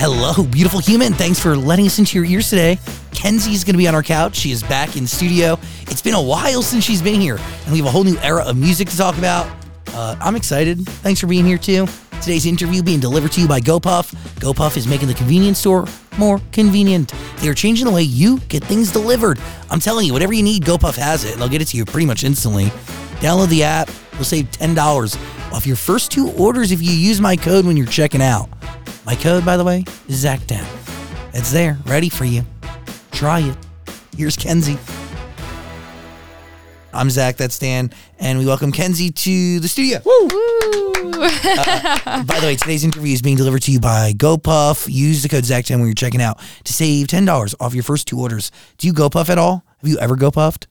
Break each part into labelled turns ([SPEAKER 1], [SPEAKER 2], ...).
[SPEAKER 1] Hello, beautiful human. Thanks for letting us into your ears today. Kenzie's going to be on our couch. She is back in studio. It's been a while since she's been here, and we have a whole new era of music to talk about. Uh, I'm excited. Thanks for being here, too. Today's interview being delivered to you by GoPuff. GoPuff is making the convenience store more convenient. They are changing the way you get things delivered. I'm telling you, whatever you need, GoPuff has it, and they'll get it to you pretty much instantly. Download the app. You'll save $10 off your first two orders if you use my code when you're checking out. My code, by the way, is Zach10. It's there, ready for you. Try it. Here's Kenzie. I'm Zach, that's Dan, and we welcome Kenzie to the studio. Woo! by the way, today's interview is being delivered to you by GoPuff. Use the code Zach10 when you're checking out to save $10 off your first two orders. Do you GoPuff at all? Have you ever GoPuffed?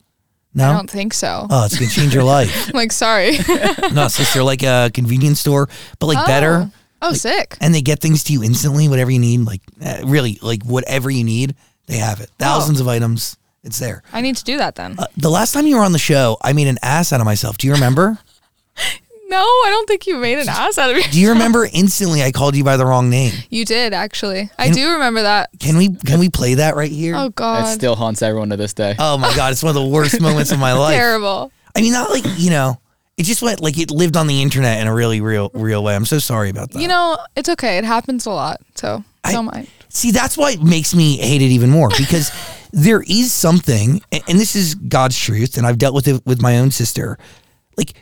[SPEAKER 1] No?
[SPEAKER 2] I don't think so.
[SPEAKER 1] Oh, it's going to change your life.
[SPEAKER 2] I'm like, sorry.
[SPEAKER 1] no, it's just they're like a convenience store, but like better.
[SPEAKER 2] Oh, sick.
[SPEAKER 1] and they get things to you instantly whatever you need like uh, really like whatever you need they have it thousands
[SPEAKER 2] Oh.
[SPEAKER 1] of items it's there
[SPEAKER 2] I need to do that then.
[SPEAKER 1] Uh, the last time you were on the show i made an ass out of myself do you remember
[SPEAKER 2] no, I don't think you made an ass out of me.
[SPEAKER 1] do you remember instantly i called you by the wrong name
[SPEAKER 2] You did actually. I do remember that.
[SPEAKER 1] can we can we play that right here
[SPEAKER 2] Oh
[SPEAKER 3] It
[SPEAKER 2] God,
[SPEAKER 3] still haunts everyone to this day.
[SPEAKER 1] oh my god it's one of the worst moments of my life
[SPEAKER 2] terrible.
[SPEAKER 1] i mean not like you know it just went like it lived on the internet in a really real real way i'm so sorry about that
[SPEAKER 2] You know, it's okay. It happens a lot, so
[SPEAKER 1] I-
[SPEAKER 2] don't mind.
[SPEAKER 1] See, that's why it makes me hate it even more because there is something, and, and this is God's truth, and I've dealt with it with my own sister. Like,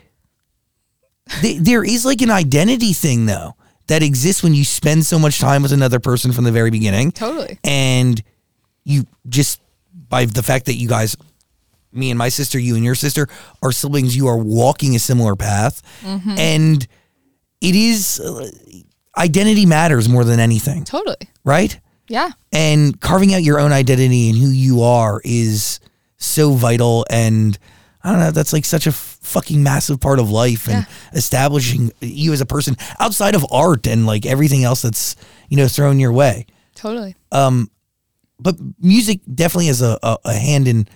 [SPEAKER 1] th- there is like an identity thing, though, that exists when you spend so much time with another person from the very beginning.
[SPEAKER 2] Totally.
[SPEAKER 1] And you just, by the fact that you guys, me and my sister, you and your sister, are siblings, you are walking a similar path. And it is, uh, identity matters more than anything,
[SPEAKER 2] Totally.
[SPEAKER 1] right?
[SPEAKER 2] Yeah.
[SPEAKER 1] and carving out your own identity and who you are is so vital and i don't know that's like such a f- fucking massive part of life and establishing you as a person outside of art and like everything else that's you know thrown your way
[SPEAKER 2] Totally.
[SPEAKER 1] but music definitely has a, a, a hand in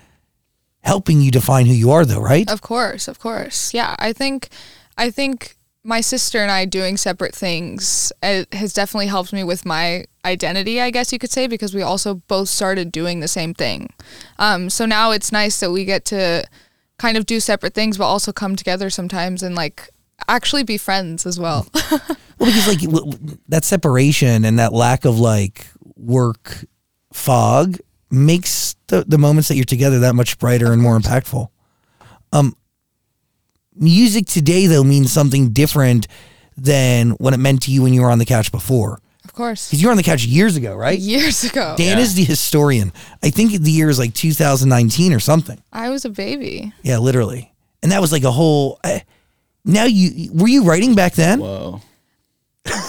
[SPEAKER 1] helping you define who you are though right
[SPEAKER 2] Of course, of course. Yeah, I think, I think my sister and I doing separate things uh has definitely helped me with my identity, I guess you could say, because we also both started doing the same thing. Um, so now it's nice that we get to kind of do separate things, but also come together sometimes and like actually be friends as well.
[SPEAKER 1] Well, because like w- w- that separation and that lack of like work fog makes the, the moments that you're together that much brighter and more impactful. Um, music today though means something different than what it meant to you when you were on the couch before.
[SPEAKER 2] of course.
[SPEAKER 1] Because you were on the couch years ago, right?
[SPEAKER 2] Years ago,
[SPEAKER 1] Dan
[SPEAKER 3] Yeah.
[SPEAKER 1] is the historian. I think the year is like 2019 or something.
[SPEAKER 2] I was a baby.
[SPEAKER 1] Yeah, literally. And that was like a whole. eh, now you were you writing back
[SPEAKER 2] Oh.
[SPEAKER 1] then?
[SPEAKER 3] Whoa.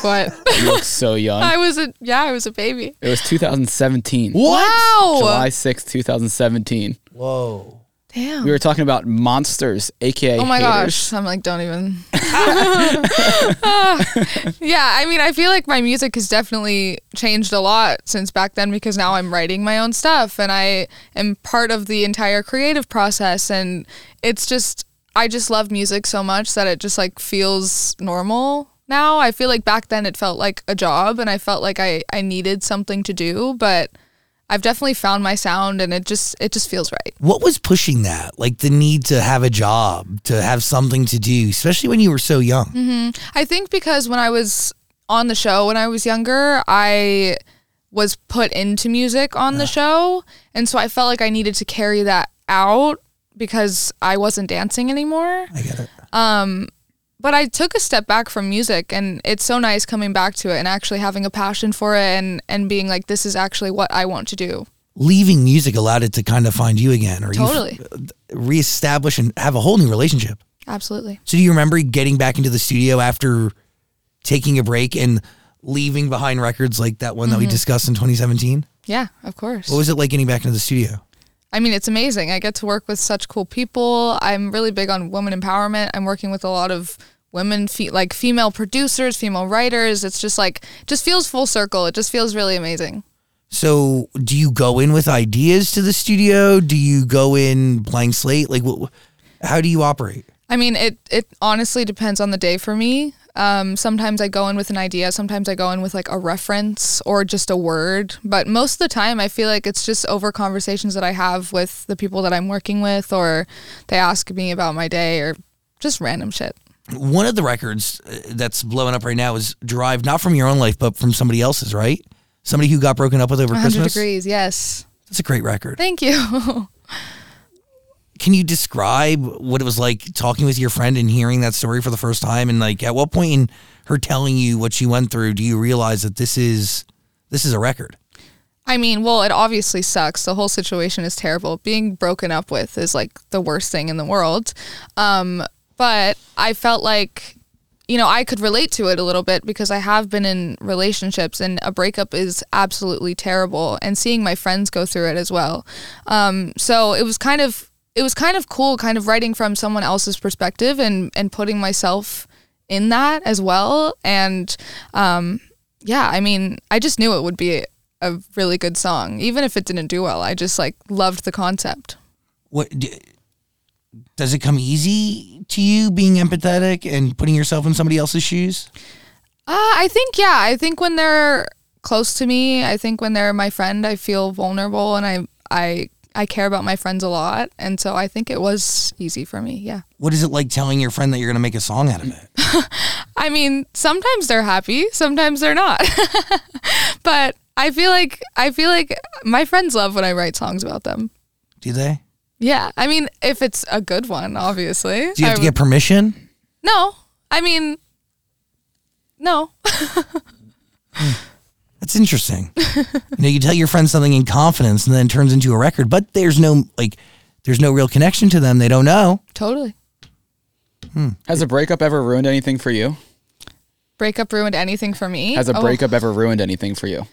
[SPEAKER 2] But
[SPEAKER 3] You look so young.
[SPEAKER 2] I was a yeah, I was a baby.
[SPEAKER 3] It was 2017.
[SPEAKER 2] Wow.
[SPEAKER 3] July 6th, 2017.
[SPEAKER 1] Whoa.
[SPEAKER 2] Damn.
[SPEAKER 3] We were talking about monsters, aka
[SPEAKER 2] Oh my
[SPEAKER 3] haters.
[SPEAKER 2] gosh. I'm like, don't even. yeah, I mean, I feel like my music has definitely changed a lot since back then because now I'm writing my own stuff and I am part of the entire creative process. And it's just, I just love music so much that it just like feels normal now. I feel like back then it felt like a job and I felt like I, I needed something to do, but. I've definitely found my sound and it just it just feels right.
[SPEAKER 1] What was pushing that? Like the need to have a job, to have something to do, especially when you were so young.
[SPEAKER 2] I think because when I was on the show when I was younger, I was put into music on the show. And so I felt like I needed to carry that out because I wasn't dancing anymore.
[SPEAKER 1] I get it.
[SPEAKER 2] But I took a step back from music and it's so nice coming back to it and actually having a passion for it and, and being like, this is actually what I want to do.
[SPEAKER 1] Leaving music allowed it to kind of find you again or
[SPEAKER 2] Totally.
[SPEAKER 1] you reestablish and have a whole new relationship.
[SPEAKER 2] Absolutely.
[SPEAKER 1] So, do you remember getting back into the studio after taking a break and leaving behind records like that one that we discussed in 2017?
[SPEAKER 2] Yeah, of course.
[SPEAKER 1] What was it like getting back into the studio?
[SPEAKER 2] I mean, it's amazing. I get to work with such cool people. I'm really big on women empowerment. I'm working with a lot of women, fe- like female producers, female writers. It's just like, just feels full circle. It just feels really amazing.
[SPEAKER 1] So, do you go in with ideas to the studio? Do you go in blank slate? Like, wh- how do you operate?
[SPEAKER 2] I mean, it it honestly depends on the day for me. Um, sometimes I go in with an idea. Sometimes I go in with like a reference or just a word. But most of the time, I feel like it's just over conversations that I have with the people that I'm working with, or they ask me about my day or just random shit.
[SPEAKER 1] One of the records uh, that's blowing up right now is derived not from your own life, but from somebody else's, right? Somebody who got broken up with over
[SPEAKER 2] 100
[SPEAKER 1] Christmas.
[SPEAKER 2] degrees, yes.
[SPEAKER 1] That's a great record.
[SPEAKER 2] Thank you.
[SPEAKER 1] Can you describe what it was like talking with your friend and hearing that story for the first time? And like, at what point in her telling you what she went through do you realize that this is this is a record?
[SPEAKER 2] I mean, well, it obviously sucks. The whole situation is terrible. Being broken up with is like the worst thing in the world. Um, but I felt like, you know, I could relate to it a little bit because I have been in relationships and a breakup is absolutely terrible. And seeing my friends go through it as well. Um, so it was kind of it was kind of cool, kind of writing from someone else's perspective and and putting myself in that as well. And um, yeah, I mean, I just knew it would be a really good song, even if it didn't do well. I just like loved the concept.
[SPEAKER 1] What d- does it come easy to you being empathetic and putting yourself in somebody else's shoes?
[SPEAKER 2] Uh, I think yeah, I think when they're close to me, I think when they're my friend, I feel vulnerable and I I I care about my friends a lot, and so I think it was easy for me. Yeah.
[SPEAKER 1] What is it like telling your friend that you're going to make a song out of it?
[SPEAKER 2] I mean, sometimes they're happy, sometimes they're not. but I feel like I feel like my friends love when I write songs about them.
[SPEAKER 1] Do they?
[SPEAKER 2] Yeah. I mean, if it's a good one, obviously.
[SPEAKER 1] Do you
[SPEAKER 2] I
[SPEAKER 1] have to
[SPEAKER 2] would-
[SPEAKER 1] get permission?
[SPEAKER 2] No. I mean No.
[SPEAKER 1] That's interesting. you know, you tell your friend something in confidence and then it turns into a record, but there's no like there's no real connection to them. They don't know.
[SPEAKER 2] totally.
[SPEAKER 3] Has a breakup ever ruined anything for you?
[SPEAKER 2] breakup ruined anything for me.
[SPEAKER 3] Has a
[SPEAKER 2] Oh,
[SPEAKER 3] breakup ever ruined anything for you?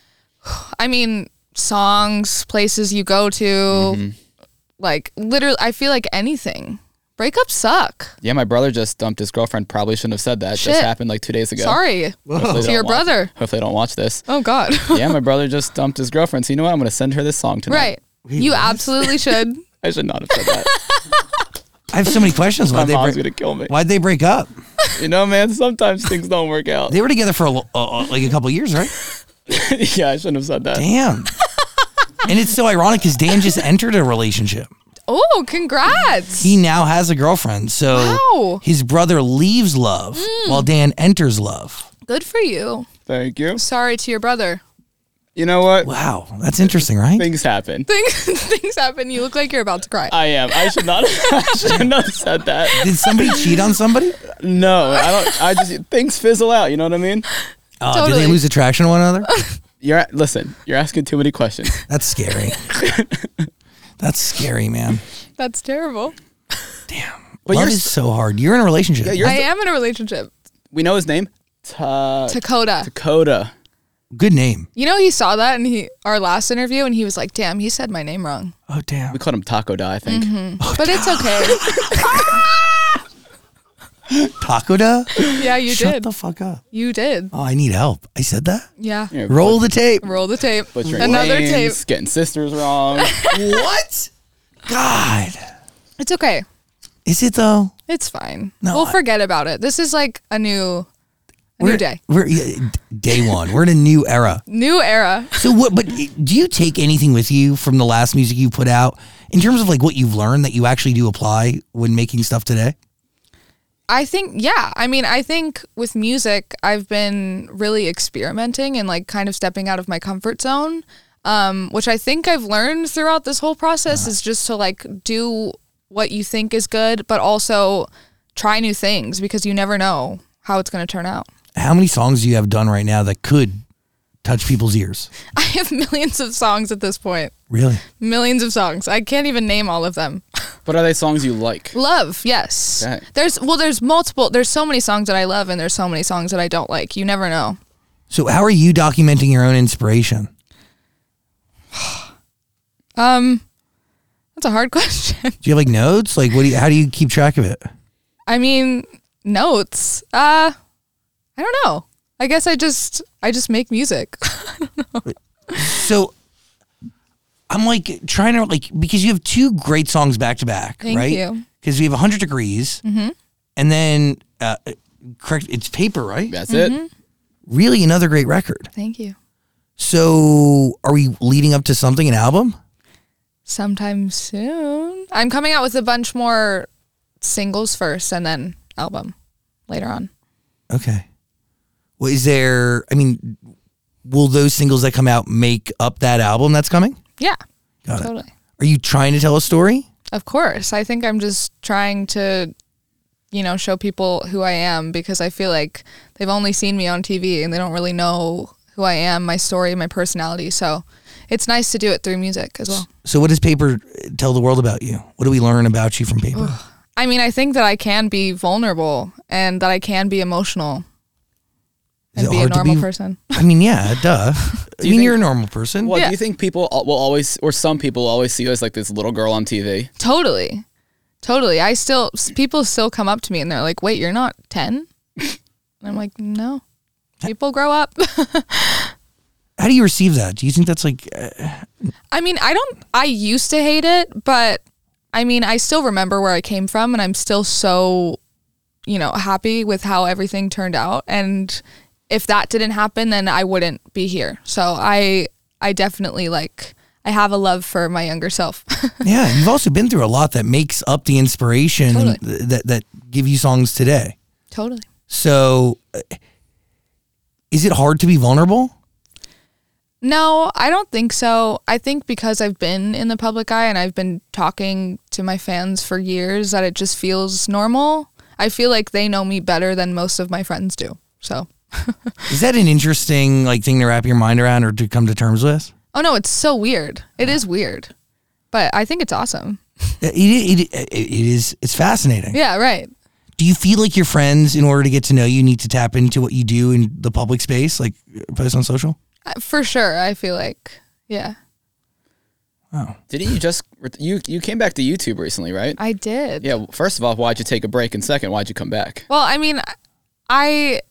[SPEAKER 2] I mean, songs, places you go to,
[SPEAKER 3] Mm-hmm.
[SPEAKER 2] like literally, I feel like anything. Breakups suck.
[SPEAKER 3] Yeah, my brother just dumped his girlfriend. Probably shouldn't have said that. Just
[SPEAKER 2] Shit.
[SPEAKER 3] happened like two days ago.
[SPEAKER 2] Sorry.
[SPEAKER 3] Hopefully they
[SPEAKER 2] To your
[SPEAKER 3] don't watch-
[SPEAKER 2] brother.
[SPEAKER 3] Hopefully, they don't watch this.
[SPEAKER 2] Oh God.
[SPEAKER 3] Yeah, my brother just dumped his girlfriend. So you know what? I'm gonna send her this song tonight.
[SPEAKER 2] right. you absolutely should.
[SPEAKER 3] I should not have said that.
[SPEAKER 1] I have so many questions.
[SPEAKER 3] my
[SPEAKER 1] Why'd they,
[SPEAKER 3] mom's
[SPEAKER 1] break-
[SPEAKER 3] gonna kill me.
[SPEAKER 1] why'd they break up?
[SPEAKER 3] You know, man. Sometimes things don't work out.
[SPEAKER 1] They were together for a, lo- uh, uh, like a couple years, right?
[SPEAKER 3] yeah, I shouldn't have said that.
[SPEAKER 1] Damn. and it's so ironic because Dan just entered a relationship.
[SPEAKER 2] Oh, congrats.
[SPEAKER 1] He now has a girlfriend. So
[SPEAKER 2] Wow.
[SPEAKER 1] his brother leaves love
[SPEAKER 3] Mm.
[SPEAKER 1] while Dan enters love.
[SPEAKER 2] Good for you.
[SPEAKER 3] Thank you.
[SPEAKER 2] Sorry to your brother.
[SPEAKER 3] You know what?
[SPEAKER 1] Wow. That's interesting, right?
[SPEAKER 3] Things happen.
[SPEAKER 2] Things, things happen. You look like you're about to cry.
[SPEAKER 3] I am. I should not. I should not have said that.
[SPEAKER 1] Did somebody cheat on somebody?
[SPEAKER 3] No, I don't. I just things fizzle out. You know what I mean?
[SPEAKER 1] Uh, Did
[SPEAKER 2] Totally.
[SPEAKER 1] they lose attraction to one another?
[SPEAKER 3] You're listen. You're asking too many questions.
[SPEAKER 1] That's scary. That's scary, man.
[SPEAKER 2] That's terrible.
[SPEAKER 3] But
[SPEAKER 1] love
[SPEAKER 3] you're
[SPEAKER 1] is so hard. You're in a relationship.
[SPEAKER 3] Yeah, you're-
[SPEAKER 2] I am in a relationship.
[SPEAKER 3] We know his name. Ta-
[SPEAKER 2] Dakota.
[SPEAKER 3] Dakota.
[SPEAKER 1] Good name.
[SPEAKER 2] You know, he saw that in he, our last interview and he was like, damn, he said my name wrong.
[SPEAKER 1] Oh, damn.
[SPEAKER 3] We called him Taco Da, I think.
[SPEAKER 1] Oh,
[SPEAKER 2] But it's okay.
[SPEAKER 1] Taco da?
[SPEAKER 2] yeah, you
[SPEAKER 1] Shut
[SPEAKER 2] did.
[SPEAKER 1] the fuck up.
[SPEAKER 2] You did.
[SPEAKER 1] Oh, I need help. I said that?
[SPEAKER 2] Yeah.
[SPEAKER 3] Yeah,
[SPEAKER 1] Roll the tape.
[SPEAKER 2] Roll the tape.
[SPEAKER 3] butchering
[SPEAKER 2] Another
[SPEAKER 3] names,
[SPEAKER 2] tape.
[SPEAKER 3] Getting sisters wrong.
[SPEAKER 1] what? God.
[SPEAKER 2] It's okay.
[SPEAKER 1] Is it though?
[SPEAKER 2] It's fine.
[SPEAKER 1] No,
[SPEAKER 2] we'll
[SPEAKER 1] I-
[SPEAKER 2] forget about it. This is like a new a
[SPEAKER 1] we're,
[SPEAKER 2] new day.
[SPEAKER 1] We're yeah, d- day one. We're in a new era.
[SPEAKER 2] New era.
[SPEAKER 1] So what? But do you take anything with you from the last music you put out in terms of like what you've learned that you actually do apply when making stuff today?
[SPEAKER 2] I think yeah. I mean, I think with music I've been really experimenting and like kind of stepping out of my comfort zone. Um, which I think I've learned throughout this whole process is just to like do what you think is good, but also try new things because you never know how it's gonna turn out.
[SPEAKER 1] How many songs do you have done right now that could touch people's ears?
[SPEAKER 2] I have millions of songs at this point.
[SPEAKER 1] Really?
[SPEAKER 2] Millions of songs. I can't even name all of them.
[SPEAKER 3] but are they songs you like?
[SPEAKER 2] Love, yes.
[SPEAKER 3] Okay.
[SPEAKER 2] There's well, there's multiple. There's so many songs that I love, and there's so many songs that I don't like. You never know.
[SPEAKER 1] So how are you documenting your own inspiration?
[SPEAKER 2] Um, that's a hard question.
[SPEAKER 1] Do you have like notes? Like what? Do you, how do you keep track of it?
[SPEAKER 2] I mean, notes. Uh, I don't know. I guess I just I just make music.
[SPEAKER 1] So I'm like trying to like because you have two great songs back to back,
[SPEAKER 2] Thank
[SPEAKER 1] right?
[SPEAKER 2] you. Mm-hmm.
[SPEAKER 1] Because we have 100 degrees, and then uh, correct. It's paper, right?
[SPEAKER 3] That's
[SPEAKER 2] Mm-hmm.
[SPEAKER 3] it.
[SPEAKER 1] Really, another great record.
[SPEAKER 2] Thank you.
[SPEAKER 1] So, are we leading up to something, an album?
[SPEAKER 2] Sometime soon. I'm coming out with a bunch more singles first and then album later on.
[SPEAKER 1] Okay. Well, is there? I mean, will those singles that come out make up that album that's coming?
[SPEAKER 2] Yeah.
[SPEAKER 1] Got it.
[SPEAKER 2] totally.
[SPEAKER 1] Are you trying to tell a story?
[SPEAKER 2] Of course. I think I'm just trying to, you know, show people who I am because I feel like they've only seen me on TV and they don't really know who I am, my story, my personality. So it's nice to do it through music as well.
[SPEAKER 1] So, what does paper tell the world about you? What do we learn about you from paper?
[SPEAKER 2] I mean, I think that I can be vulnerable and that I can be emotional
[SPEAKER 1] Is
[SPEAKER 2] and
[SPEAKER 1] it
[SPEAKER 2] be a
[SPEAKER 1] hard to
[SPEAKER 2] normal
[SPEAKER 1] be-
[SPEAKER 2] person.
[SPEAKER 1] I mean, yeah, duh. I
[SPEAKER 3] you
[SPEAKER 1] mean,
[SPEAKER 3] think-
[SPEAKER 1] you're a normal person.
[SPEAKER 3] Well,
[SPEAKER 2] Yeah.
[SPEAKER 3] do you think people al- will always, or some people will always see you as like this little girl on TV?
[SPEAKER 2] Totally. Totally. I still, s- people still come up to me and they're like, wait, you're not 10? And I'm like, no. People grow up.
[SPEAKER 1] How do you receive that? Do you think that's like uh,
[SPEAKER 2] I mean, I don't, I used to hate it, but I mean, I still remember where I came from and I'm still so, you know, happy with how everything turned out. And if that didn't happen, then I wouldn't be here. So I, I definitely like, I have a love for my younger self.
[SPEAKER 1] yeah? You've also been through a lot that makes up the inspiration and
[SPEAKER 2] Totally.
[SPEAKER 1] th- that that give you songs today.
[SPEAKER 2] totally.
[SPEAKER 1] So, uh, is it hard to be vulnerable?
[SPEAKER 2] No, I don't think so. I think because I've been in the public eye and I've been talking to my fans for years that it just feels normal. I feel like they know me better than most of my friends do. So
[SPEAKER 1] Is that an interesting like thing to wrap your mind around or to come to terms with?
[SPEAKER 2] Oh no, it's so weird. It is weird, but I think it's awesome.
[SPEAKER 1] Uh, It, it, it, it is. It's fascinating.
[SPEAKER 2] Yeah, right.
[SPEAKER 1] Do you feel like your friends, in order to get to know you, need to tap into what you do in the public space, like post on social?
[SPEAKER 2] Uh, For sure. I feel like, yeah,
[SPEAKER 3] Didn't you just you you came back to YouTube recently, right?
[SPEAKER 2] I did.
[SPEAKER 3] Yeah. well, First of all, why'd you take a break? And second, why'd you come back?
[SPEAKER 2] Well, I mean, I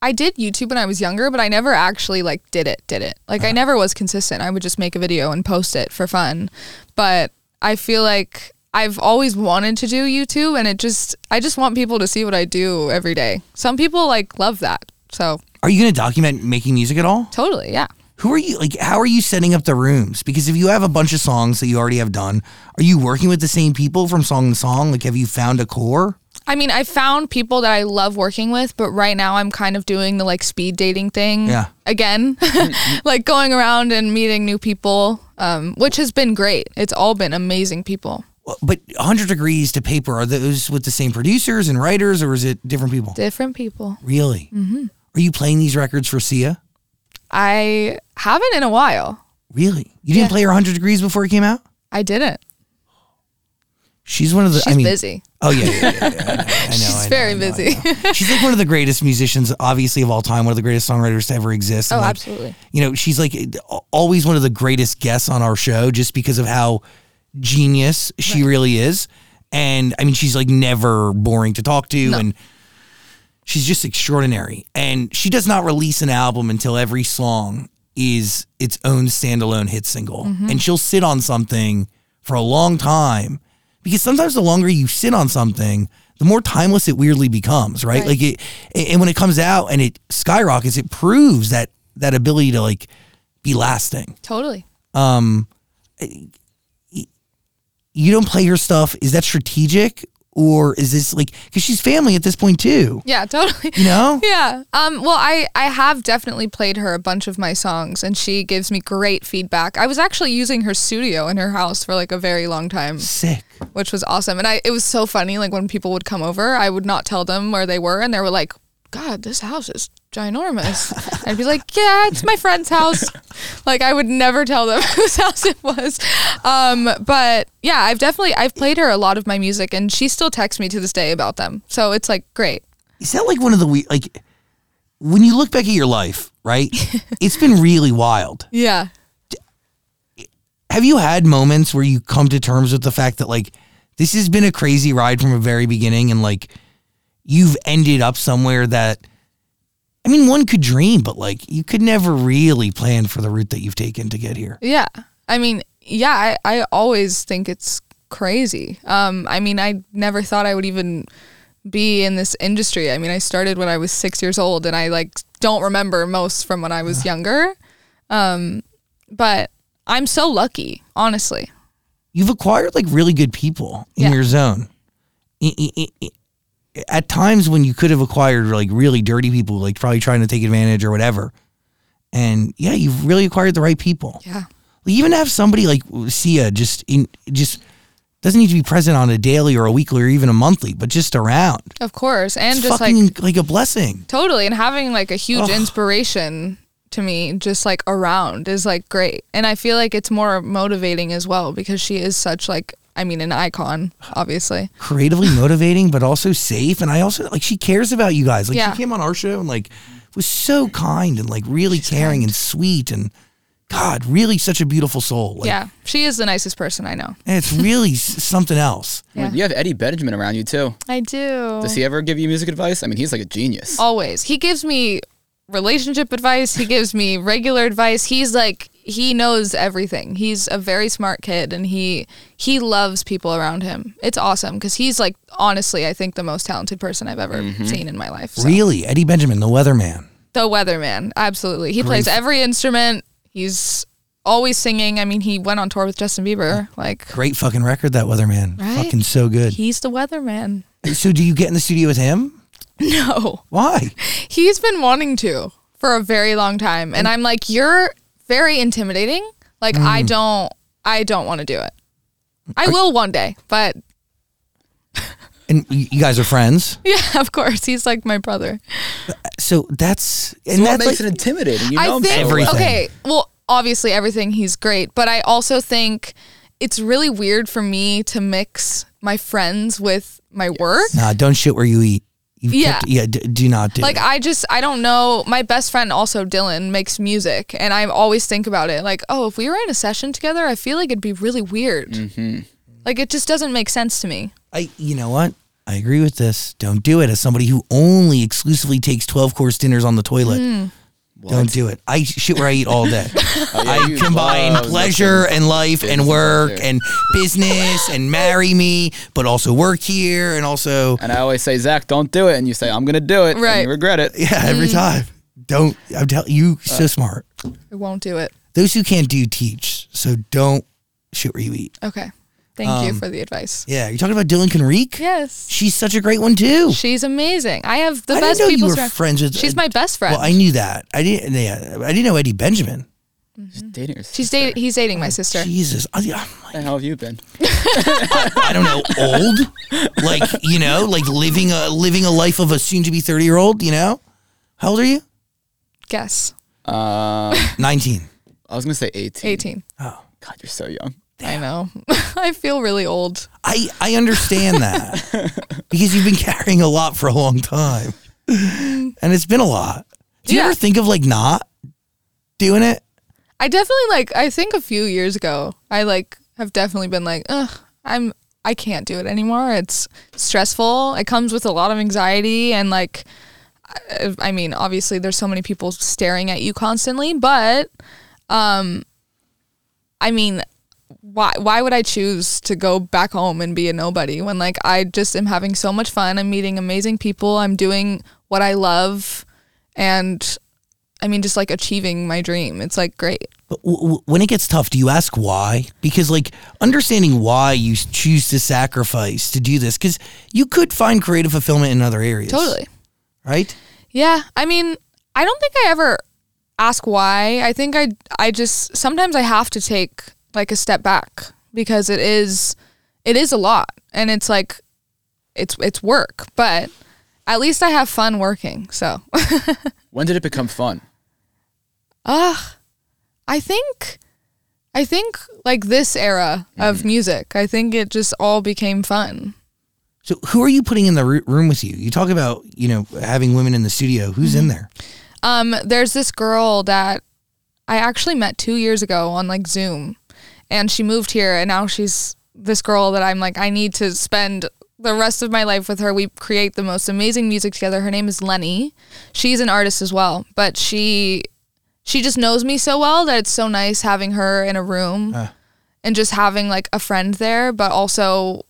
[SPEAKER 2] I did YouTube when I was younger, but I never actually like did it, did it. Like I never was consistent. I would just make a video and post it for fun. But I feel like I've always wanted to do YouTube and it just I just want people to see what I do every day. Some people like love that. So,
[SPEAKER 1] Are you going to document making music at all?
[SPEAKER 2] totally, yeah.
[SPEAKER 1] Who are you like? How are you setting up the rooms? Because if you have a bunch of songs that you already have done, are you working with the same people from song to song? Like, have you found a core?
[SPEAKER 2] I mean, I found people that I love working with, but right now I'm kind of doing the like speed dating thing
[SPEAKER 1] Yeah.
[SPEAKER 2] again, like going around and meeting new people, um, which has been great. It's all been amazing people,
[SPEAKER 1] Well, But 100 Degrees to Paper, are those with the same producers and writers, or is it different people?
[SPEAKER 2] different people.
[SPEAKER 1] Really? Mm-hmm. Are you playing these records for Sia?
[SPEAKER 2] I haven't in a while.
[SPEAKER 1] Really? You didn't
[SPEAKER 2] Yeah.
[SPEAKER 1] play her 100 Degrees before it came out?
[SPEAKER 2] I didn't.
[SPEAKER 1] She's one of the.
[SPEAKER 2] She's
[SPEAKER 1] I mean,
[SPEAKER 2] busy.
[SPEAKER 1] Oh yeah, yeah, yeah, yeah, I know, I know,
[SPEAKER 2] She's
[SPEAKER 1] I know,
[SPEAKER 2] very
[SPEAKER 1] I know, I
[SPEAKER 2] busy.
[SPEAKER 1] know. She's like one of the greatest musicians, obviously of all time. One of the greatest songwriters to ever exist.
[SPEAKER 2] Oh,
[SPEAKER 1] and, like,
[SPEAKER 2] absolutely.
[SPEAKER 1] You know, she's like always one of the greatest guests on our show, just because of how genius she really is. And I mean, she's like never boring to talk to, and she's just extraordinary. And she does not release an album until every song is its own standalone hit single. And she'll sit on something for a long time because sometimes the longer you sit on something, the more timeless it weirdly becomes, right?
[SPEAKER 2] Right.
[SPEAKER 1] Like it and when it comes out and it skyrockets, it proves that that ability to like be lasting.
[SPEAKER 2] Totally.
[SPEAKER 1] You don't play her stuff, is that strategic or is this like cuz she's family at this point too,
[SPEAKER 2] Yeah, totally.
[SPEAKER 1] you know?
[SPEAKER 2] Yeah. Um, well, I, I have definitely played her a bunch of my songs, and she gives me great feedback. I was actually using her studio in her house for like a very long time.
[SPEAKER 1] Sick.
[SPEAKER 2] which was awesome. And I it was so funny. Like when people would come over, I would not tell them where they were, and they were like, "God, this house is ginormous." I'd be like, "Yeah, it's my friend's house." like I would never tell them whose house it was. Um, but yeah, I've definitely I've played her a lot of my music, and she still texts me to this day about them. So it's like great.
[SPEAKER 1] Is that like one of the we like when you look back at your life, right? it's been really wild.
[SPEAKER 2] Yeah.
[SPEAKER 1] Have you had moments where you come to terms with the fact that like this has been a crazy ride from the very beginning and like you've ended up somewhere that I mean, one could dream, but like you could never really plan for the route that you've taken to get here.
[SPEAKER 2] Yeah. I mean, yeah, I, I always think it's crazy. Um, I mean, I never thought I would even be in this industry. I mean, I started when I was six years old, and I like don't remember most from when I was younger. Um, but I'm so lucky, honestly.
[SPEAKER 1] you've acquired like really good people in
[SPEAKER 2] Yeah.
[SPEAKER 1] your zone. I- I- I- I- At times when you could have acquired like really dirty people, like probably trying to take advantage or whatever. And yeah, you've really acquired the right people.
[SPEAKER 2] Yeah.
[SPEAKER 1] Like, even have somebody like Sia just in just doesn't need to be present on a daily or a weekly or even a monthly, but just around.
[SPEAKER 2] Of course, and
[SPEAKER 1] It's
[SPEAKER 2] just like
[SPEAKER 1] fucking like, a blessing.
[SPEAKER 2] Totally. And having like a huge inspiration to me just like around is like great. And I feel like it's more motivating as well because she is such like I mean an icon, obviously.
[SPEAKER 1] Creatively motivating, but also safe. And I also like she cares about you guys. Like
[SPEAKER 2] Yeah.
[SPEAKER 1] she came on our show and like was so kind and like really caring and sweet and God, really such a beautiful soul. Like,
[SPEAKER 2] yeah. She is the nicest person I know.
[SPEAKER 1] And it's really s- something else.
[SPEAKER 2] Yeah. Oh.
[SPEAKER 3] You have Eddie Benjamin around you too.
[SPEAKER 2] I do.
[SPEAKER 3] Does he ever give you music advice? I mean, he's like a genius.
[SPEAKER 2] Always. He gives me relationship advice, he gives me regular advice. He's like he knows everything. He's a very smart kid and he he loves people around him. It's awesome cuz he's like honestly I think the most talented person I've ever seen in my life. so.
[SPEAKER 1] Really, Eddie Benjamin, the weatherman.
[SPEAKER 2] The weatherman, absolutely. He plays every instrument. He's always singing. I mean, he went on tour with Justin Bieber. Like
[SPEAKER 1] Great fucking record, that weatherman.
[SPEAKER 2] Right?
[SPEAKER 1] Fucking so good.
[SPEAKER 2] he's the weatherman.
[SPEAKER 1] so, do you get in the studio with him?
[SPEAKER 2] No,
[SPEAKER 1] Why?
[SPEAKER 2] he's been wanting to for a very long time,
[SPEAKER 3] Mm.
[SPEAKER 2] and I'm like, you're very intimidating. Like I don't, I don't want to do it. I will one day, but
[SPEAKER 1] And y- you guys are friends.
[SPEAKER 2] yeah, of course, he's like my brother.
[SPEAKER 1] So that's and
[SPEAKER 3] So what
[SPEAKER 1] that's
[SPEAKER 3] makes
[SPEAKER 1] like,
[SPEAKER 3] it intimidating? You know
[SPEAKER 2] I
[SPEAKER 3] him
[SPEAKER 2] think
[SPEAKER 3] so well.
[SPEAKER 1] Everything.
[SPEAKER 2] okay. Well, obviously everything he's great, but I also think it's really weird for me to mix my friends with my work.
[SPEAKER 1] nah. Don't shit where you eat. You
[SPEAKER 2] Yeah.
[SPEAKER 1] kept- yeah. D- do not do.
[SPEAKER 2] Like I just I don't know. My best friend also Dylan makes music, and I always think about it. Like, oh, if we were in a session together, I feel like it'd be really weird.
[SPEAKER 1] Mm-hmm.
[SPEAKER 2] Like it just doesn't make sense to me.
[SPEAKER 1] I. You know what? I agree with this. Don't do it. As somebody who only exclusively takes twelve course dinners on the toilet,
[SPEAKER 2] Hmm.
[SPEAKER 1] don't do it. I shit where I eat all day.
[SPEAKER 3] Oh, yeah,
[SPEAKER 1] I
[SPEAKER 3] you
[SPEAKER 1] combine
[SPEAKER 3] love
[SPEAKER 1] pleasure and life and
[SPEAKER 3] Business
[SPEAKER 1] work
[SPEAKER 3] pleasure.
[SPEAKER 1] and business and marry me, but also work here and also
[SPEAKER 3] And I always say, Zach, don't do it. And you say, I'm going to do it.
[SPEAKER 2] Right.
[SPEAKER 3] And you regret it.
[SPEAKER 1] yeah every
[SPEAKER 2] Hmm.
[SPEAKER 1] time. Don't I'm telling you so smart.
[SPEAKER 2] I won't do it.
[SPEAKER 1] Those who can't do teach, so don't shit where you eat.
[SPEAKER 2] Okay. Thank
[SPEAKER 1] Um,
[SPEAKER 2] you for the advice.
[SPEAKER 1] Yeah, you're talking about Dylan Kenrique.
[SPEAKER 2] Yes.
[SPEAKER 1] she's such a great one too.
[SPEAKER 2] She's amazing. I have the
[SPEAKER 1] I
[SPEAKER 2] best
[SPEAKER 1] didn't know you
[SPEAKER 2] people.
[SPEAKER 1] were
[SPEAKER 2] surround-
[SPEAKER 1] friends with. uh,
[SPEAKER 2] She's my best friend.
[SPEAKER 1] Well, I knew that. I didn't. Yeah, I didn't know Eddie Benjamin.
[SPEAKER 3] She's dating her
[SPEAKER 2] She's
[SPEAKER 3] sister.
[SPEAKER 2] dating. He's dating my sister.
[SPEAKER 1] Jesus, I, I'm like,
[SPEAKER 3] Where the hell have you been?
[SPEAKER 1] I don't know, old, like you know, like living a living a life of a soon to be thirty year old. You know, how old are you?
[SPEAKER 2] Guess.
[SPEAKER 3] Um, I
[SPEAKER 1] Nineteen.
[SPEAKER 3] was going to say 18.
[SPEAKER 2] 18.
[SPEAKER 1] Oh,
[SPEAKER 3] God, you're so young.
[SPEAKER 2] I know. I feel really old.
[SPEAKER 1] I I understand that because you've been carrying a lot for a long time, and it's been a lot. Do you
[SPEAKER 2] Yeah.
[SPEAKER 1] ever think of like not doing it?
[SPEAKER 2] I definitely like I think a few years ago I like have definitely been like, "Ugh, I'm I can't do it anymore. It's stressful. It comes with a lot of anxiety and like I, I mean, obviously there's so many people staring at you constantly, but um I mean, why why would I choose to go back home and be a nobody when like I just am having so much fun. I'm meeting amazing people. I'm doing what I love and I mean just like achieving my dream. It's like great.
[SPEAKER 1] But w- w- when it gets tough, do you ask why? Because like understanding why you s- choose to sacrifice to do this, because you could find creative fulfillment in other areas.
[SPEAKER 2] Totally.
[SPEAKER 1] Right.
[SPEAKER 2] Yeah. I mean, I don't think I ever ask why. I think I I just sometimes I have to take like a step back because it is it is a lot and it's like it's it's work, but at least I have fun working. So,
[SPEAKER 3] When did it become fun?
[SPEAKER 2] ah, I think I think like this era of music, I think it just all became fun.
[SPEAKER 1] So who are you putting in the ru- room with you? You talk about you know having women in the studio. Who's in there?
[SPEAKER 2] Um, there's this girl that I actually met two years ago on like Zoom, and she moved here, and now she's this girl that I'm like, I need to spend the rest of my life with her. We create the most amazing music together. Her name is Lenny. She's an artist as well, but she she just knows me so well that it's so nice having her in a room and just having like a friend there, but also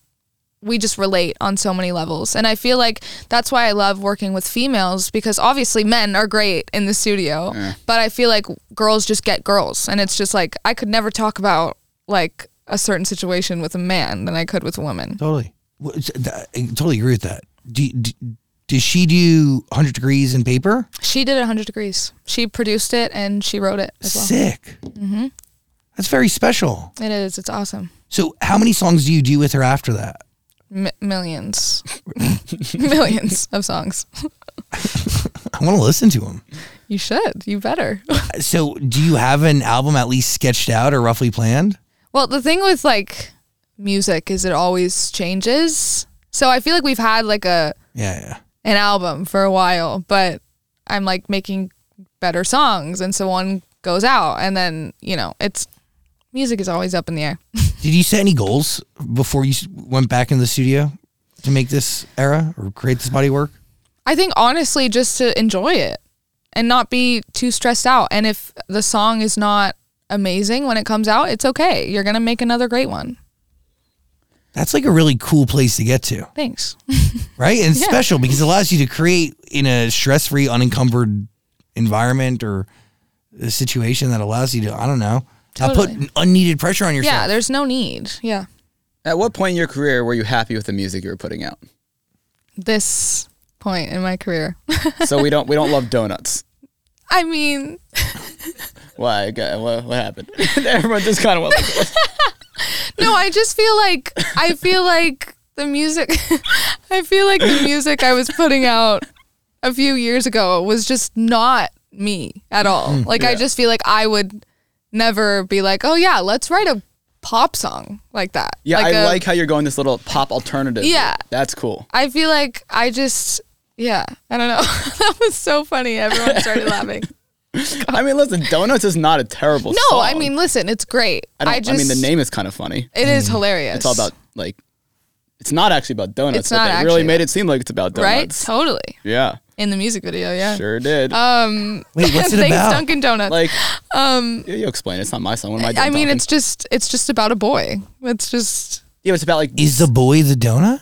[SPEAKER 2] we just relate on so many levels. And I feel like that's why I love working with females because obviously men are great in the studio, but I feel like girls just get girls. And it's just like, I could never talk about like a certain situation with a man than I could with a woman.
[SPEAKER 1] Totally. Well, it's- I totally agree with that. Do, do, does she do 100 degrees in paper?
[SPEAKER 2] She did 100 Degrees. She produced it and she wrote it as well.
[SPEAKER 1] Sick. Mm-hmm. That's very special.
[SPEAKER 2] It is. It's awesome.
[SPEAKER 1] So, how many songs do you do with her after that?
[SPEAKER 2] M- millions. millions of songs.
[SPEAKER 1] I want to listen to them.
[SPEAKER 2] You should. You better.
[SPEAKER 1] So, do you have an album at least sketched out or roughly planned?
[SPEAKER 2] Well, the thing with like music is it always changes. So I feel like we've had like a
[SPEAKER 1] Yeah, yeah.
[SPEAKER 2] an album for a while, but I'm like making better songs and so one goes out and then, you know, it's music is always up in the air.
[SPEAKER 1] Did you set any goals before you s- went back into the studio to make this era or create this body work?
[SPEAKER 2] I think honestly just to enjoy it and not be too stressed out and if the song is not amazing when it comes out, it's okay. You're going to make another great one.
[SPEAKER 1] That's like a really cool place to get to,
[SPEAKER 2] Thanks.
[SPEAKER 1] right? And it's
[SPEAKER 2] Yeah.
[SPEAKER 1] special because it allows you to create in a stress free, unencumbered environment or a situation that allows you to, I don't know, not
[SPEAKER 2] Totally.
[SPEAKER 1] put unneeded pressure on yourself.
[SPEAKER 2] yeah, there's no need. Yeah.
[SPEAKER 3] At what point in your career were you happy with the music you were putting out?
[SPEAKER 2] This point in my career.
[SPEAKER 3] so we don't we don't love donuts.
[SPEAKER 2] I mean,
[SPEAKER 3] Why? Okay, What, what happened? Everyone just kind of went like, this.
[SPEAKER 2] no, I just feel like I feel like the music I feel like the music I was putting out a few years ago was just not me at all. Like I
[SPEAKER 3] Mm, Yeah.
[SPEAKER 2] just feel like I would never be like, "Oh yeah, let's write a pop song like that."
[SPEAKER 3] yeah,
[SPEAKER 2] like
[SPEAKER 3] I
[SPEAKER 2] a-
[SPEAKER 3] like how you're going this little pop alternative.
[SPEAKER 2] Yeah.
[SPEAKER 3] that's cool.
[SPEAKER 2] I feel like I just yeah, I don't know. that was so funny. Everyone started laughing.
[SPEAKER 3] I mean, listen, donuts is not a terrible.
[SPEAKER 2] No, I
[SPEAKER 3] song.
[SPEAKER 2] mean, listen, it's great.
[SPEAKER 3] I, don't, I,
[SPEAKER 2] just
[SPEAKER 3] mean the name is kind of funny.
[SPEAKER 2] it is hilarious.
[SPEAKER 3] It's all about like, it's not actually about donuts,
[SPEAKER 2] It's
[SPEAKER 3] but
[SPEAKER 2] not
[SPEAKER 3] they really
[SPEAKER 2] actually
[SPEAKER 3] made it seem like it's about
[SPEAKER 2] right?
[SPEAKER 3] donuts.
[SPEAKER 2] Totally.
[SPEAKER 3] Yeah,
[SPEAKER 2] In the music video, yeah.
[SPEAKER 3] sure did.
[SPEAKER 2] Um,
[SPEAKER 1] Wait, what's it
[SPEAKER 2] thanks,
[SPEAKER 1] about?
[SPEAKER 2] Dunkin' Donuts.
[SPEAKER 3] like, um, you, you explain. It's not my song. What am I doing?
[SPEAKER 2] I mean,
[SPEAKER 3] talking?
[SPEAKER 2] it's just it's just about a boy. It's just
[SPEAKER 3] yeah, it's about like
[SPEAKER 1] Is the boy the donut?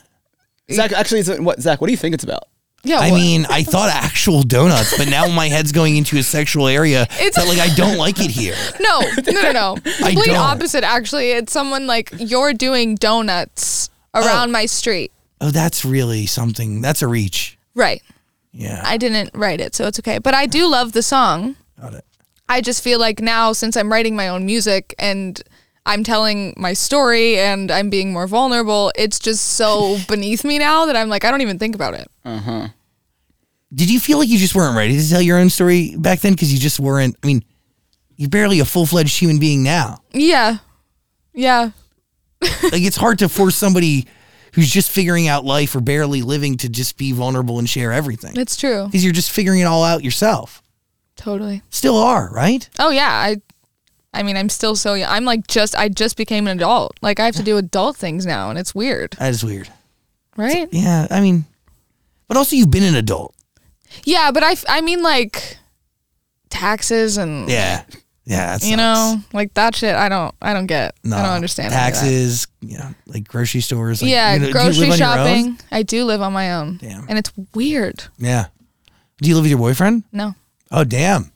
[SPEAKER 3] Zach. Actually, it's, what Zach? What do you think it's about?
[SPEAKER 2] yeah.
[SPEAKER 1] I
[SPEAKER 2] wha-
[SPEAKER 1] mean, I thought actual donuts, but now my head's going into a sexual area
[SPEAKER 2] It's-
[SPEAKER 1] that, like, I don't like it here.
[SPEAKER 2] no, no, no, no. Complete
[SPEAKER 1] don't.
[SPEAKER 2] opposite. Actually, it's someone like you're doing donuts around my street.
[SPEAKER 1] Oh, that's really something. That's a reach.
[SPEAKER 2] Right.
[SPEAKER 1] Yeah.
[SPEAKER 2] I didn't write it, so it's okay. But I do love the song.
[SPEAKER 1] Got it.
[SPEAKER 2] I just feel like now since I'm writing my own music and I'm telling my story and I'm being more vulnerable, it's just so beneath me now that I'm like I don't even think about it.
[SPEAKER 1] Did you feel like you just weren't ready to tell your own story back then? Because you just weren't. I mean, you're barely a full fledged human being now.
[SPEAKER 2] Yeah. Yeah.
[SPEAKER 1] like, it's hard to force somebody who's just figuring out life or barely living to just be vulnerable and share everything
[SPEAKER 2] It's true.
[SPEAKER 1] because you're just figuring it all out yourself.
[SPEAKER 2] Totally.
[SPEAKER 1] Still are, right?
[SPEAKER 2] Oh yeah, I I mean, I'm still so young. I'm like just I just became an adult. Like I have to do adult things now and it's weird,
[SPEAKER 1] That is weird.
[SPEAKER 2] right?
[SPEAKER 1] Yeah. I mean, but also, you've been an adult.
[SPEAKER 2] Yeah, but I f- I mean like taxes and
[SPEAKER 1] Yeah. Yeah. that
[SPEAKER 2] you
[SPEAKER 1] sucks.
[SPEAKER 2] know, like that shit I don't I don't get. I
[SPEAKER 1] Nah.
[SPEAKER 2] don't understand. any of that.
[SPEAKER 1] Taxes, you know, like grocery stores. Like,
[SPEAKER 2] yeah,
[SPEAKER 1] you know, do you
[SPEAKER 2] grocery
[SPEAKER 1] live on your own?
[SPEAKER 2] shopping. I do live on my own.
[SPEAKER 1] Damn.
[SPEAKER 2] And it's weird.
[SPEAKER 1] Yeah. Do you live with your boyfriend?
[SPEAKER 2] No.
[SPEAKER 1] Oh, damn.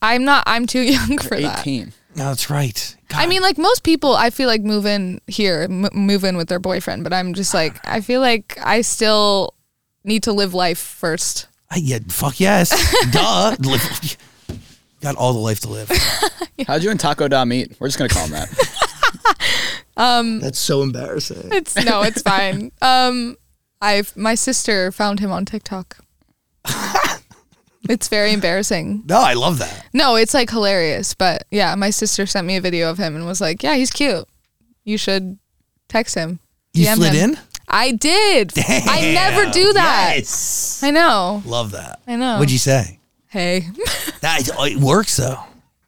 [SPEAKER 2] I'm not I'm too young for that.
[SPEAKER 3] Eighteen.
[SPEAKER 1] No, that's right. God.
[SPEAKER 2] I mean, like most people, I feel like move in here, m- move in with their boyfriend, but I'm just like, I feel like I still need to live life first.
[SPEAKER 1] I, yeah, fuck yes. Duh. Live- Got all the life to live.
[SPEAKER 3] How'd you and Taco Da meet? We're just gonna call him that.
[SPEAKER 1] That's so embarrassing.
[SPEAKER 2] It's no, it's fine. Um, I've my sister found him on TikTok. it's very embarrassing.
[SPEAKER 1] No, I love that.
[SPEAKER 2] No, it's like hilarious, but yeah, my sister sent me a video of him and was like, "Yeah, he's cute. You should text him."
[SPEAKER 1] You
[SPEAKER 2] DM
[SPEAKER 1] slid
[SPEAKER 2] him."
[SPEAKER 1] in?
[SPEAKER 2] I did. I never
[SPEAKER 1] Damn.
[SPEAKER 2] do that.
[SPEAKER 1] Yes.
[SPEAKER 2] I know.
[SPEAKER 1] Love that.
[SPEAKER 2] I know.
[SPEAKER 1] What'd you say?
[SPEAKER 2] Hey.
[SPEAKER 1] That, it works though.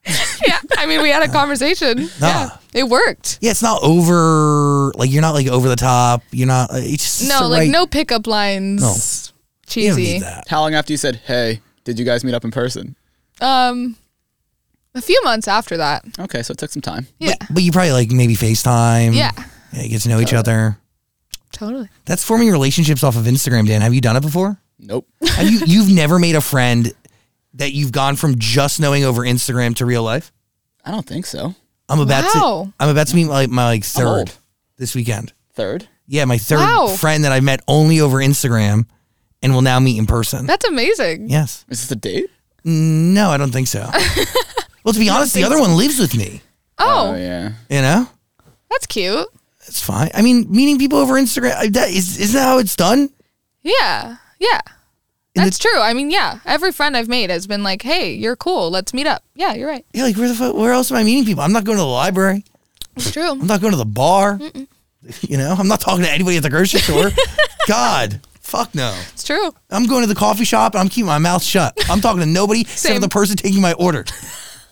[SPEAKER 2] yeah. I mean, we had a conversation. Yeah. It worked.
[SPEAKER 1] Yeah, it's not over. Like you're not like over the top. You're not. uh, It's just
[SPEAKER 2] No,
[SPEAKER 1] the
[SPEAKER 2] like
[SPEAKER 1] right-
[SPEAKER 2] no pickup lines.
[SPEAKER 1] No. You don't
[SPEAKER 2] Cheesy.
[SPEAKER 1] need that.
[SPEAKER 3] How long after you said, "Hey, did you guys meet up in person"?
[SPEAKER 2] Um a few months after that.
[SPEAKER 3] Okay, so it took some time.
[SPEAKER 2] Yeah.
[SPEAKER 1] But, but you probably like maybe FaceTime.
[SPEAKER 2] Yeah.
[SPEAKER 1] Yeah, you get to know each other.
[SPEAKER 2] Totally.
[SPEAKER 1] That's forming relationships off of Instagram, Dan. Have you done it before?
[SPEAKER 3] Nope.
[SPEAKER 1] Have you you've never made a friend that you've gone from just knowing over Instagram to real life?
[SPEAKER 3] I don't think so.
[SPEAKER 1] I'm about
[SPEAKER 2] Wow.
[SPEAKER 1] to I'm about to meet my, my like third
[SPEAKER 3] old.
[SPEAKER 1] this weekend.
[SPEAKER 3] Third.
[SPEAKER 1] Yeah, my third
[SPEAKER 2] Wow.
[SPEAKER 1] friend that I met only over Instagram and will now meet in person.
[SPEAKER 2] That's amazing.
[SPEAKER 1] yes.
[SPEAKER 3] Is this a date?
[SPEAKER 1] No, I don't think so. well, to be honest, the other one lives with me,
[SPEAKER 2] Oh,
[SPEAKER 3] yeah.
[SPEAKER 1] you know?
[SPEAKER 2] that's cute.
[SPEAKER 1] It's fine. I mean, meeting people over Instagram, I- that is isn't that how it's done?
[SPEAKER 2] Yeah. Yeah.
[SPEAKER 1] And
[SPEAKER 2] That's true. I mean, yeah. Every friend I've made has been like, "Hey, you're cool. Let's meet up." Yeah, you're right.
[SPEAKER 1] Yeah, like where the fuck, where else am I meeting people? I'm not going to the library.
[SPEAKER 2] It's true.
[SPEAKER 1] I'm not going to the bar. You know, I'm not talking to anybody at the grocery store. God, fuck no.
[SPEAKER 2] It's true.
[SPEAKER 1] I'm going to the coffee shop and I'm keeping my mouth shut. I'm talking to nobody except for
[SPEAKER 2] Same.
[SPEAKER 1] the person taking my order.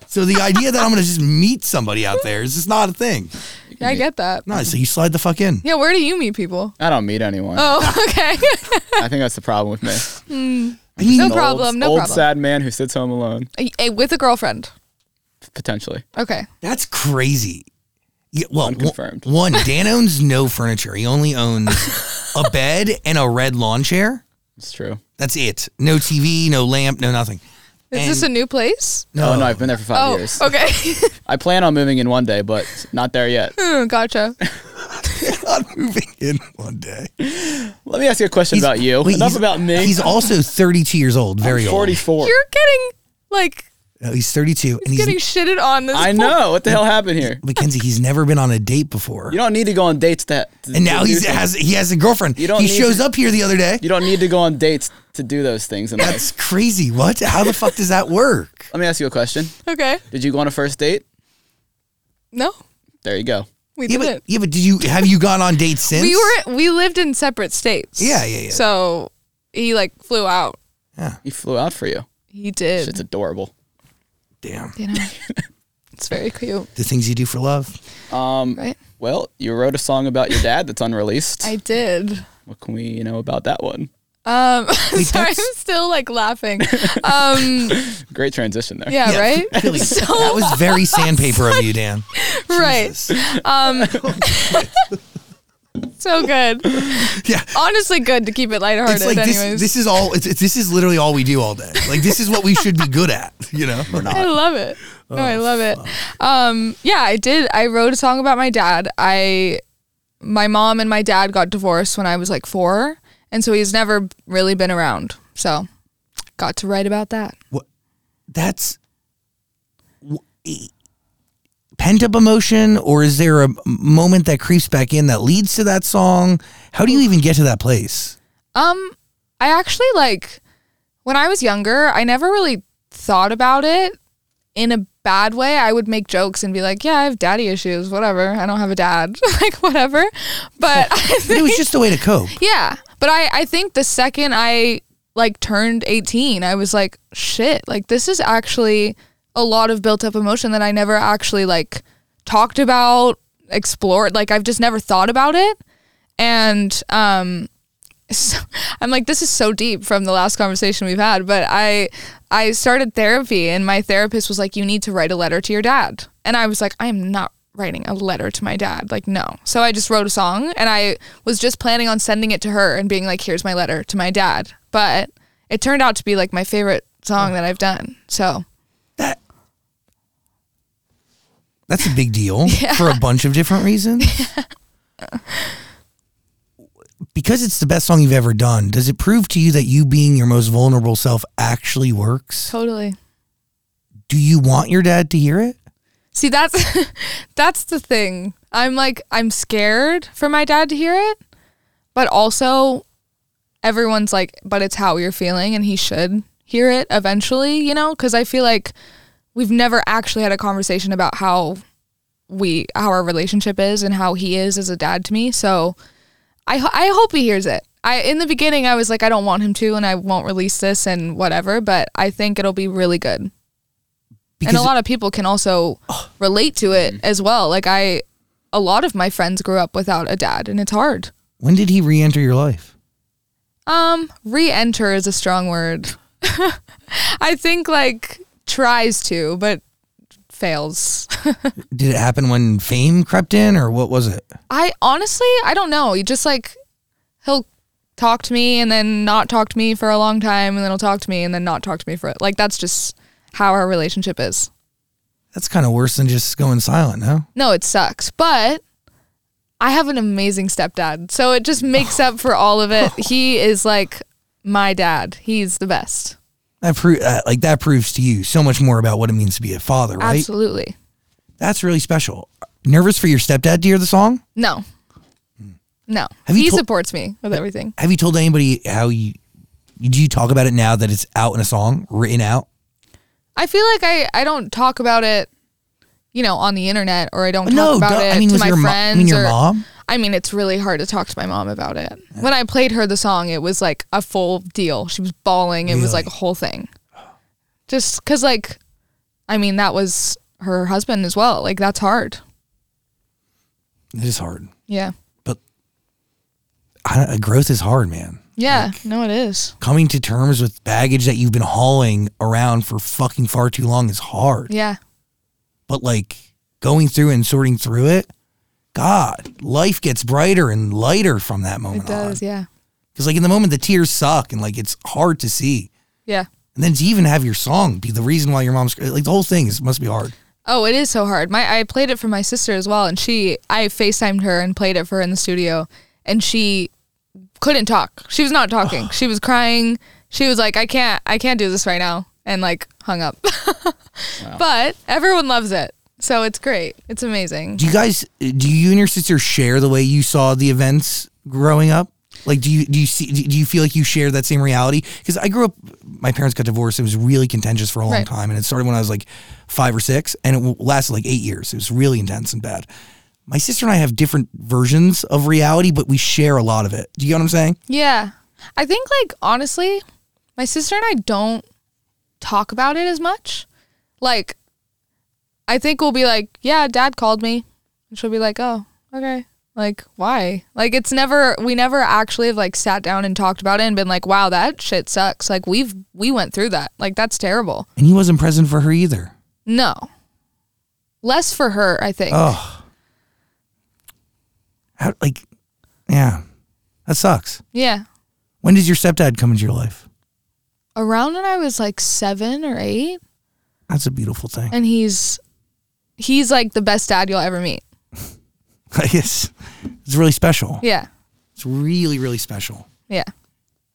[SPEAKER 1] So the idea that I'm going to just meet somebody out there is just not a thing.
[SPEAKER 2] Yeah, I get that.
[SPEAKER 1] No, so you slide the fuck in.
[SPEAKER 2] Yeah, where do you meet people?
[SPEAKER 3] I don't meet anyone.
[SPEAKER 2] Oh, okay.
[SPEAKER 3] I think that's the problem with me.
[SPEAKER 1] I mean,
[SPEAKER 2] No
[SPEAKER 3] An old-
[SPEAKER 2] problem, no
[SPEAKER 3] old
[SPEAKER 2] problem.
[SPEAKER 3] sad man who sits home alone.
[SPEAKER 2] Eh, eh, With a girlfriend.
[SPEAKER 3] Potentially.
[SPEAKER 2] Okay.
[SPEAKER 1] that's crazy. Yeah, well, one-
[SPEAKER 3] Unconfirmed.
[SPEAKER 1] one, Dan owns no furniture. He only owns a bed and a red lawn chair.
[SPEAKER 3] It's true.
[SPEAKER 1] That's it. No TV, no lamp, no nothing.
[SPEAKER 2] Is this a new place?
[SPEAKER 3] No, oh, no, I've been there for five
[SPEAKER 2] Oh,
[SPEAKER 3] years.
[SPEAKER 2] okay.
[SPEAKER 3] I plan on moving in one day, but not there yet.
[SPEAKER 2] Hmm, gotcha.
[SPEAKER 1] not moving in one day.
[SPEAKER 3] Let me ask you a question
[SPEAKER 1] He's-
[SPEAKER 3] about you.
[SPEAKER 1] wait,
[SPEAKER 3] Enough
[SPEAKER 1] he's-
[SPEAKER 3] about me.
[SPEAKER 1] He's also 32 years old, very old.
[SPEAKER 3] 44.
[SPEAKER 2] You're getting like
[SPEAKER 1] No, he's 32, and he's
[SPEAKER 2] getting shitted on this.
[SPEAKER 3] I
[SPEAKER 2] po-
[SPEAKER 3] know. What the hell happened here?
[SPEAKER 1] Mackenzie. He's never been on a date before,
[SPEAKER 3] You don't need to go on dates that.
[SPEAKER 1] and now he has he has a girlfriend.
[SPEAKER 3] You don't
[SPEAKER 1] he
[SPEAKER 3] need
[SPEAKER 1] shows
[SPEAKER 3] to-
[SPEAKER 1] up here the other day.
[SPEAKER 3] You don't need to go on dates to do those things. In life.
[SPEAKER 1] That's crazy. What? How the fuck does that work?
[SPEAKER 3] Let me ask you a question.
[SPEAKER 2] Okay.
[SPEAKER 3] Did you go on a first date?
[SPEAKER 2] No,
[SPEAKER 3] There you go.
[SPEAKER 2] we
[SPEAKER 1] Yeah, but,
[SPEAKER 2] didn't.
[SPEAKER 1] yeah, but did you have you gone on dates since?
[SPEAKER 2] We were we lived in separate states.
[SPEAKER 1] Yeah, yeah, yeah.
[SPEAKER 2] So he like flew out.
[SPEAKER 3] He flew out for you.
[SPEAKER 2] He did.
[SPEAKER 3] Shit's adorable.
[SPEAKER 1] damn
[SPEAKER 2] you know, it's very cute,
[SPEAKER 1] the things you do for love.
[SPEAKER 3] Um,
[SPEAKER 2] right?
[SPEAKER 3] well, you wrote a song about your dad that's unreleased.
[SPEAKER 2] I did.
[SPEAKER 3] what can we know about that one?
[SPEAKER 2] Um,
[SPEAKER 1] Wait,
[SPEAKER 2] sorry, I'm
[SPEAKER 1] that's-
[SPEAKER 2] still like laughing. Um,
[SPEAKER 3] Great transition there.
[SPEAKER 2] yeah,
[SPEAKER 1] Yeah,
[SPEAKER 2] right,
[SPEAKER 1] really. that was very sandpaper of you, Dan.
[SPEAKER 2] right. Um,
[SPEAKER 1] Oh,
[SPEAKER 2] so good.
[SPEAKER 1] Yeah.
[SPEAKER 2] Honestly, good to keep it lighthearted.
[SPEAKER 1] It's like
[SPEAKER 2] anyways,
[SPEAKER 1] this. This is all. It's, it's- this is literally all we do all day. Like this is what we should be good at. You know, we're
[SPEAKER 2] I love it. No, I
[SPEAKER 1] Oh,
[SPEAKER 2] love it. Um, yeah, I did. I wrote a song about my dad. I, my mom and my dad got divorced when I was like four, and so he's never really been around. So, got to write about that.
[SPEAKER 1] that's w- e- pent up emotion or is there a m- moment that creeps back in that leads to that song how do you even get to that place
[SPEAKER 2] Um, I actually like when I was younger, I never really thought about it in a bad way. I would make jokes and be like, "Yeah, I have daddy issues, whatever. I don't have a dad, like whatever." But I
[SPEAKER 1] But it was just a way to cope
[SPEAKER 2] Yeah. But I, I think the second I like turned 18, I was like, shit, like this is actually a lot of built up emotion that I never actually like talked about, explored. Like I've just never thought about it. And um so, I'm like, this is so deep from the last conversation we've had. But I I started therapy and my therapist was like, You need to write a letter to your dad. And I was like, I am not writing a letter to my dad. Like, no. So I just wrote a song and I was just planning on sending it to her and being like, Here's my letter to my dad. But it turned out to be like my favorite song that I've done. So
[SPEAKER 1] that that's a big deal for a bunch of different reasons because it's the best song you've ever done does it prove to you that you being your most vulnerable self actually works
[SPEAKER 2] totally.
[SPEAKER 1] do you want your dad to hear it
[SPEAKER 2] See, that's that's the thing. I'm like I'm scared for my dad to hear it, but also everyone's like, but it's how you're feeling and he should hear it eventually, you know? Cuz I feel like we've never actually had a conversation about how we how our relationship is and how he is as a dad to me. So I ho- I hope he hears it. I in the beginning I was like I don't want him to and I won't release this and whatever, but I think it'll be really good
[SPEAKER 1] because
[SPEAKER 2] and a lot of people can also relate to it as well. Like I, a lot of my friends grew up without a dad, and it's hard.
[SPEAKER 1] when did he re-enter your life
[SPEAKER 2] Um, re-enter is a strong word. I think like tries to, but fails.
[SPEAKER 1] Did it happen when fame crept in, or what was it?
[SPEAKER 2] I honestly, I don't know. You just like he'll talk to me and then not talk to me for a long time and then he'll talk to me and then not talk to me for like that's just how our relationship is.
[SPEAKER 1] That's kind of worse than just going silent, no?
[SPEAKER 2] No, it sucks, but I have an amazing stepdad. So it just makes up for all of it. He is like my dad. He's the best.
[SPEAKER 1] That pro- uh, like that proves to you so much more about what it means to be a father, right?
[SPEAKER 2] Absolutely.
[SPEAKER 1] That's really special. Nervous for your stepdad to hear the song?
[SPEAKER 2] No. No.
[SPEAKER 1] Hmm. Have you
[SPEAKER 2] he
[SPEAKER 1] tol-
[SPEAKER 2] supports me with everything.
[SPEAKER 1] Have you told anybody how you do you talk about it now that it's out in a song, written out?
[SPEAKER 2] I feel like I, I don't talk about it, you know, on the internet or I don't talk
[SPEAKER 1] no,
[SPEAKER 2] about
[SPEAKER 1] duh.
[SPEAKER 2] it
[SPEAKER 1] I mean,
[SPEAKER 2] to
[SPEAKER 1] was
[SPEAKER 2] my
[SPEAKER 1] your mo- I
[SPEAKER 2] friends.
[SPEAKER 1] mean, your
[SPEAKER 2] or-
[SPEAKER 1] mom?
[SPEAKER 2] I mean, it's really hard to talk to my mom about it. When I played her the song, it was like a full deal. She was bawling. It was
[SPEAKER 1] Really?
[SPEAKER 2] like a whole thing. Just because, like, I mean, that was her husband as well. Like, that's hard.
[SPEAKER 1] It is hard.
[SPEAKER 2] Yeah.
[SPEAKER 1] I, don't- growth is hard, man.
[SPEAKER 2] Yeah. no, it is.
[SPEAKER 1] Coming to terms with baggage that you've been hauling around for fucking far too long is hard.
[SPEAKER 2] Yeah.
[SPEAKER 1] But like going through and sorting through it, God, life gets brighter and lighter from that moment
[SPEAKER 2] It does.
[SPEAKER 1] on.
[SPEAKER 2] Yeah.
[SPEAKER 1] Because like in the moment, the tears suck and like it's hard to see.
[SPEAKER 2] Yeah.
[SPEAKER 1] And then to even have your song be the reason why your mom's like the whole thing is must be hard.
[SPEAKER 2] Oh, it is so hard. My I played it for my sister as well, and she I FaceTimed her and played it for her in the studio, and she couldn't talk. She was not talking. she was crying. She was like, "I can't, I can't do this right now," and like hung up. But everyone loves it, so it's great. It's amazing.
[SPEAKER 1] Do you guys do you and your sister share the way you saw the events growing up? Like do you do you see do you feel like you share that same reality? Because I grew up, my parents got divorced. It was really contentious for a long
[SPEAKER 2] Right.
[SPEAKER 1] time, and it started when I was like five or six, and it w- lasted like eight years. It was really intense and bad. My sister and I have different versions of reality, but we share a lot of it. Do you get what I'm saying?
[SPEAKER 2] Yeah, I think like honestly, my sister and I don't talk about it as much. Like, I think we'll be like, "Yeah, Dad called me," and she'll be like, "Oh, okay." Like, why? Like, it's never we never actually have like sat down and talked about it and been like, "Wow, that shit sucks." Like, we've we went through that. Like, that's terrible.
[SPEAKER 1] And he wasn't present for her either.
[SPEAKER 2] No, less for her, I think.
[SPEAKER 1] Oh, how like, yeah, that sucks.
[SPEAKER 2] Yeah,
[SPEAKER 1] When does your stepdad come into your life?
[SPEAKER 2] around when I was like seven or eight.
[SPEAKER 1] That's a beautiful thing.
[SPEAKER 2] and he's he's like the best dad you'll ever meet.
[SPEAKER 1] I guess it's really special.
[SPEAKER 2] Yeah.
[SPEAKER 1] It's really, really special.
[SPEAKER 2] Yeah.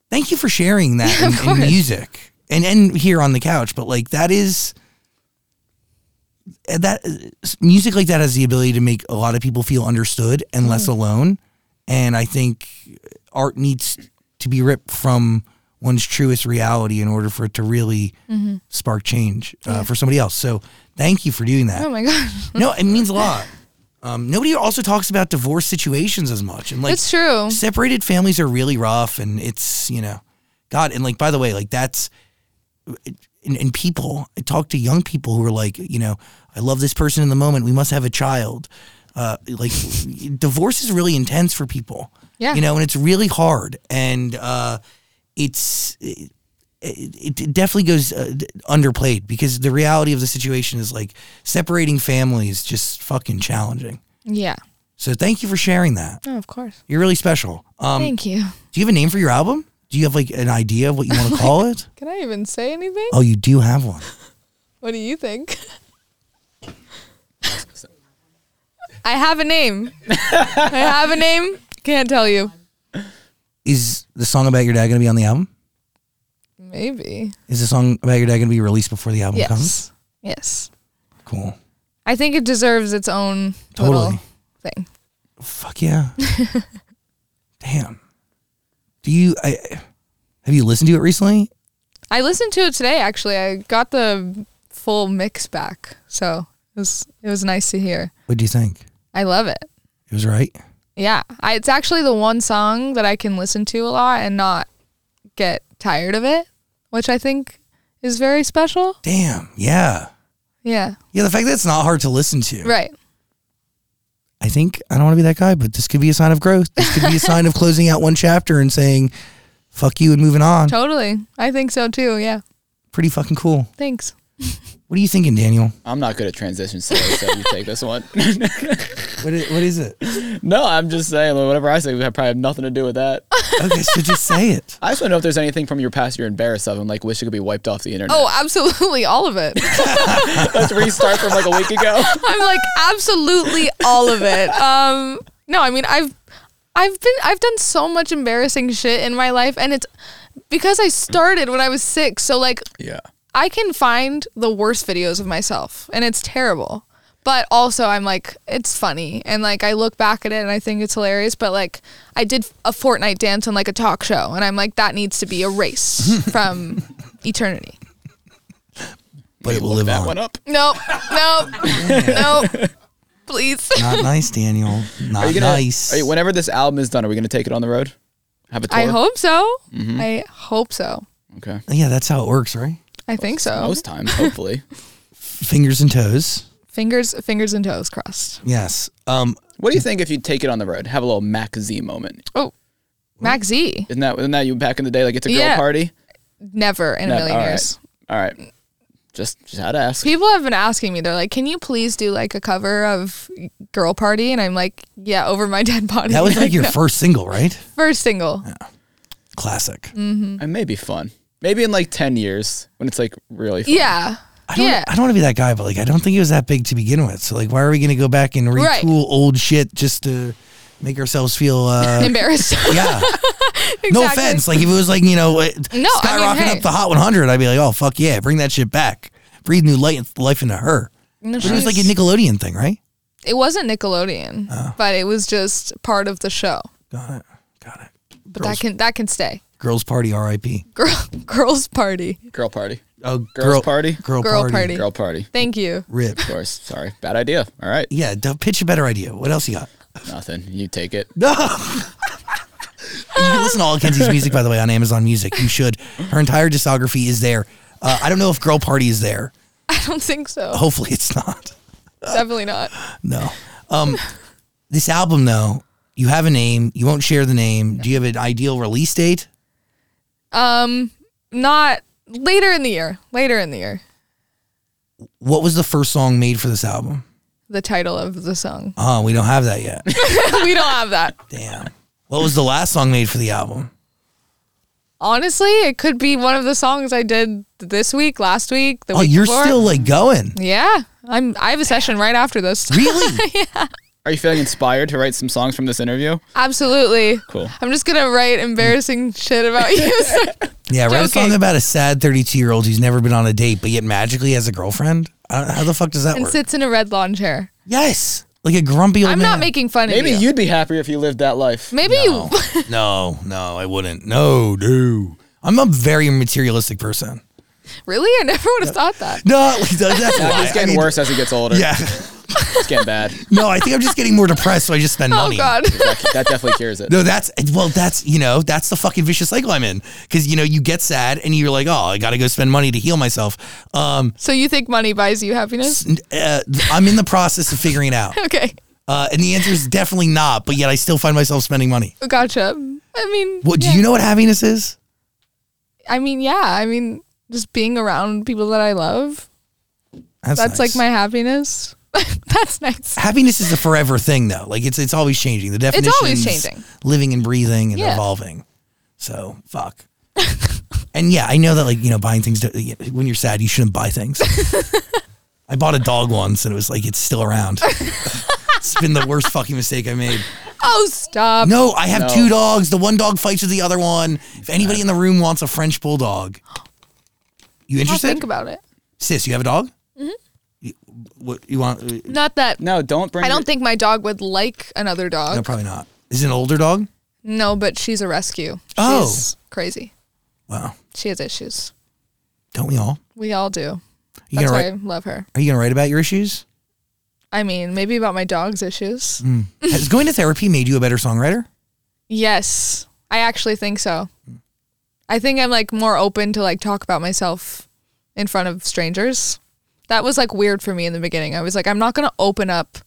[SPEAKER 1] Thank you for sharing that
[SPEAKER 2] Yeah, of
[SPEAKER 1] in, in
[SPEAKER 2] course.
[SPEAKER 1] music and and here on the couch. But like that is eh, that music like that has the ability to make a lot of people feel understood and
[SPEAKER 2] Mm.
[SPEAKER 1] less alone. And I think art needs to be ripped from one's truest reality in order for it to really
[SPEAKER 2] Mm-hmm.
[SPEAKER 1] spark change uh, for somebody else. So thank you for doing that.
[SPEAKER 2] Oh my gosh.
[SPEAKER 1] No, it means a lot. Um, nobody also talks about divorce situations as much, and like
[SPEAKER 2] It's true.
[SPEAKER 1] separated families are really rough, and it's you know, God, and like by the way, like that's and, and people I talk to young people who are like, you know, I love this person in the moment. We must have a child. Uh, like divorce is really intense for people.
[SPEAKER 2] Yeah.
[SPEAKER 1] you know, and it's really hard, and uh, it's it, it definitely goes uh, d- underplayed because the reality of the situation is like separating family is just fucking challenging.
[SPEAKER 2] Yeah.
[SPEAKER 1] So thank you for sharing that.
[SPEAKER 2] Oh, of course.
[SPEAKER 1] You're really special. Um,
[SPEAKER 2] Thank you.
[SPEAKER 1] do you have a name for your album? Do you have like an idea of what you want to call it?
[SPEAKER 2] Can I even say anything?
[SPEAKER 1] Oh, you do have one.
[SPEAKER 2] What do you think? I have a name. I have a name. Can't tell you.
[SPEAKER 1] Is the song about your dad going to be on the album?
[SPEAKER 2] Maybe.
[SPEAKER 1] Is the song about your dad going to be released before the album comes?
[SPEAKER 2] Yes. Yes.
[SPEAKER 1] Cool.
[SPEAKER 2] I think it deserves its own
[SPEAKER 1] Totally.
[SPEAKER 2] little thing.
[SPEAKER 1] Fuck yeah. Damn. Do you? I have you listened to it recently?
[SPEAKER 2] I listened to it today actually. I got the full mix back. So, it was it was nice to hear.
[SPEAKER 1] What do you think?
[SPEAKER 2] I love it.
[SPEAKER 1] It was right.
[SPEAKER 2] Yeah, I, it's actually the one song that I can listen to a lot and not get tired of it, which I think is very special.
[SPEAKER 1] Damn. Yeah.
[SPEAKER 2] Yeah,
[SPEAKER 1] Yeah, the fact that it's not hard to listen to.
[SPEAKER 2] right.
[SPEAKER 1] I think I don't want to be that guy, but this could be a sign of growth. This could be a sign of closing out one chapter and saying, "Fuck you" and moving on.
[SPEAKER 2] Totally. I think so too. Yeah.
[SPEAKER 1] Pretty fucking cool.
[SPEAKER 2] Thanks.
[SPEAKER 1] What What are you thinking, Daniel?
[SPEAKER 3] I'm not good at transitions, so, so you take this one.
[SPEAKER 1] What is, what is it?
[SPEAKER 3] no, I'm just saying like, whatever I say, I probably have nothing to do with that.
[SPEAKER 1] Okay, so just say it.
[SPEAKER 3] I just want to know if there's anything from your past you're embarrassed of and like wish it could be wiped off the internet.
[SPEAKER 2] Oh, absolutely all of it.
[SPEAKER 3] Let's restart from like a week ago.
[SPEAKER 2] I'm like absolutely all of it. Um, no, I mean I've I've been I've done so much embarrassing shit in my life, and it's because I started when I was six. So like
[SPEAKER 3] Yeah.
[SPEAKER 2] I can find the worst videos of myself, and it's terrible. But also, I'm like, it's funny, and like I look back at it and I think it's hilarious. But like, I did a Fortnite dance on like a talk show, and I'm like, that needs to be erased from eternity.
[SPEAKER 1] But it will live
[SPEAKER 3] That
[SPEAKER 1] on.
[SPEAKER 3] one up.
[SPEAKER 2] Nope, nope, nope. Please.
[SPEAKER 1] Not nice, Daniel. Not
[SPEAKER 3] Are you gonna,
[SPEAKER 1] oh, nice.
[SPEAKER 3] Are you, whenever this album is done, are we gonna take it on the road? Have a tour.
[SPEAKER 2] I hope so.
[SPEAKER 3] mm-hmm.
[SPEAKER 2] I hope so.
[SPEAKER 3] Okay.
[SPEAKER 1] yeah, that's how it works, right?
[SPEAKER 2] I think so.
[SPEAKER 3] Most times, hopefully.
[SPEAKER 1] Fingers and toes.
[SPEAKER 2] Fingers, fingers and toes crossed.
[SPEAKER 1] Yes. Um,
[SPEAKER 3] what do you think if you take it on the road? Have a little Mac Z moment.
[SPEAKER 2] Oh, Mac Z,
[SPEAKER 3] Isn't that isn't that you back in the day? Like it's a girl
[SPEAKER 2] Yeah.
[SPEAKER 3] party.
[SPEAKER 2] never in
[SPEAKER 3] No,
[SPEAKER 2] a million
[SPEAKER 3] all right.
[SPEAKER 2] years.
[SPEAKER 3] All right. Just just had to ask.
[SPEAKER 2] People have been asking me. They're like, "Can you please do like a cover of Girl Party?" And I'm like, "Yeah, over my dead body."
[SPEAKER 1] that was like your first single, right?
[SPEAKER 2] first single.
[SPEAKER 1] Classic.
[SPEAKER 2] Mm,
[SPEAKER 3] It may be fun. Maybe in like ten years when it's like really fun.
[SPEAKER 2] Yeah,
[SPEAKER 1] I don't,
[SPEAKER 2] yeah.
[SPEAKER 1] I don't want to be that guy, but like, I don't think it was that big to begin with. So like, why are we going to go back and retool
[SPEAKER 2] Right.
[SPEAKER 1] old shit just to make ourselves feel? Uh,
[SPEAKER 2] Embarrassed.
[SPEAKER 1] yeah. No
[SPEAKER 2] Exactly.
[SPEAKER 1] offense. Like if it was like you know, it-
[SPEAKER 2] No, I mean,
[SPEAKER 1] skyrocketing
[SPEAKER 2] hey.
[SPEAKER 1] up the Hot 100, I'd be like, oh fuck yeah, bring that shit back, breathe new light, life into her.
[SPEAKER 2] No,
[SPEAKER 1] But it was
[SPEAKER 2] she's-
[SPEAKER 1] like a Oh. Nickelodeon thing, right?
[SPEAKER 2] it wasn't Nickelodeon, but it was just part of the show.
[SPEAKER 1] Got it. Got it.
[SPEAKER 2] But
[SPEAKER 1] Girls-
[SPEAKER 2] that can that can stay.
[SPEAKER 1] Girls party, R.I.P.
[SPEAKER 2] Girl, girls party.
[SPEAKER 3] Girl party.
[SPEAKER 1] Oh,
[SPEAKER 3] Girls party.
[SPEAKER 1] Girl,
[SPEAKER 2] Girl
[SPEAKER 1] party.
[SPEAKER 2] party.
[SPEAKER 3] Girl party.
[SPEAKER 2] Thank you.
[SPEAKER 1] Rip.
[SPEAKER 3] Of course. Sorry. Bad idea. All right.
[SPEAKER 1] Yeah. d- Pitch a better idea. What else you got?
[SPEAKER 3] Nothing. You take it.
[SPEAKER 1] No. you can listen to all of Kenzie's music, by the way, on Amazon Music. You should. Her entire discography is there. Uh, I don't know if Girl Party is there.
[SPEAKER 2] I don't think so.
[SPEAKER 1] Hopefully, it's not.
[SPEAKER 2] Definitely not.
[SPEAKER 1] No. Um, this album, though, you have a name. You won't share the name. Do you have an ideal release date?
[SPEAKER 2] Not later in the year. Later in the year.
[SPEAKER 1] What was the first song made for this album?
[SPEAKER 2] The title of the song.
[SPEAKER 1] Oh, we don't have that yet.
[SPEAKER 2] we don't have that.
[SPEAKER 1] Damn. What was the last song made for the album?
[SPEAKER 2] Honestly, it could be one of the songs I did this week, last week, the
[SPEAKER 1] Oh,
[SPEAKER 2] week
[SPEAKER 1] you're
[SPEAKER 2] before.
[SPEAKER 1] still like going.
[SPEAKER 2] yeah. I'm. I have a session right after this.
[SPEAKER 1] Really?
[SPEAKER 3] Are you feeling inspired to write some songs from this interview?
[SPEAKER 2] Absolutely.
[SPEAKER 3] Cool.
[SPEAKER 2] I'm just gonna write embarrassing shit about you.
[SPEAKER 1] Yeah, write a
[SPEAKER 2] Joking.
[SPEAKER 1] song about a sad 32 year old who's never been on a date, but yet magically has a girlfriend. I don't, how the fuck does that
[SPEAKER 2] and
[SPEAKER 1] work?
[SPEAKER 2] sits in a red lawn chair.
[SPEAKER 1] Yes, like a grumpy old
[SPEAKER 2] I'm
[SPEAKER 1] man.
[SPEAKER 2] not making fun
[SPEAKER 3] Maybe
[SPEAKER 2] of you.
[SPEAKER 3] you'd be happier if you lived that life.
[SPEAKER 2] Maybe
[SPEAKER 1] No,
[SPEAKER 2] you.
[SPEAKER 1] no, no, I wouldn't. No, no. I'm a very materialistic person.
[SPEAKER 2] really? I never would have thought that.
[SPEAKER 1] No, like, that- that's why.
[SPEAKER 3] It's getting
[SPEAKER 1] I need-
[SPEAKER 3] worse as he gets older.
[SPEAKER 1] Yeah.
[SPEAKER 3] It's getting bad.
[SPEAKER 1] No, I think I'm just getting more depressed, so I just spend
[SPEAKER 2] Oh
[SPEAKER 1] money.
[SPEAKER 2] God.
[SPEAKER 3] That, that definitely cures it.
[SPEAKER 1] No, that's well, that's you know, that's the fucking vicious cycle I'm in because you know you get sad and you're like, oh, I gotta go spend money to heal myself. Um,
[SPEAKER 2] so you think money buys you happiness?
[SPEAKER 1] n- uh, I'm in the process of figuring it out.
[SPEAKER 2] Okay.
[SPEAKER 1] Uh, and the answer is definitely not, but yet I still find myself spending money.
[SPEAKER 2] Gotcha. I mean.
[SPEAKER 1] Well, do
[SPEAKER 2] yeah.
[SPEAKER 1] you know what happiness is?
[SPEAKER 2] I mean, yeah. I mean, just being around people that I love. That's
[SPEAKER 1] nice.
[SPEAKER 2] like my happiness. That's nice.
[SPEAKER 1] happiness is a forever thing though. Like it's it's always changing. The definition
[SPEAKER 2] always changing.
[SPEAKER 1] Living and breathing and
[SPEAKER 2] Yeah.
[SPEAKER 1] evolving. So fuck. and yeah, I know that like you know buying things don't- yeah, when you're sad you shouldn't buy things. I bought a dog once and it was like it's still around. it's been the worst fucking mistake I made.
[SPEAKER 2] Oh, stop.
[SPEAKER 1] No, I have
[SPEAKER 3] No.
[SPEAKER 1] two dogs. The one dog fights with the other one. If anybody in the room wants a French bulldog, you
[SPEAKER 2] I'll
[SPEAKER 1] interested?
[SPEAKER 2] think about it.
[SPEAKER 1] Sis, you have a dog? Mm-hmm. You, what you want? uh,
[SPEAKER 2] Not that
[SPEAKER 3] No, don't bring.
[SPEAKER 2] I don't
[SPEAKER 3] your-
[SPEAKER 2] think my dog would like another
[SPEAKER 1] No,
[SPEAKER 2] dog.
[SPEAKER 1] probably not. Is it an older dog?
[SPEAKER 2] No, but she's a rescue.
[SPEAKER 1] Oh.
[SPEAKER 2] She's crazy.
[SPEAKER 1] Wow,
[SPEAKER 2] She has issues.
[SPEAKER 1] don't we all?
[SPEAKER 2] We all do.
[SPEAKER 1] You
[SPEAKER 2] That's
[SPEAKER 1] gonna
[SPEAKER 2] why
[SPEAKER 1] write?
[SPEAKER 2] I love her.
[SPEAKER 1] Are you gonna write about your issues?
[SPEAKER 2] I mean, maybe about my dog's issues.
[SPEAKER 1] Mm. Has going to therapy made you a better songwriter?
[SPEAKER 2] Yes. I actually think so. I think I'm like more open to like talk about myself in front of strangers. That was like weird for me in the beginning. I was like, I'm not gonna open up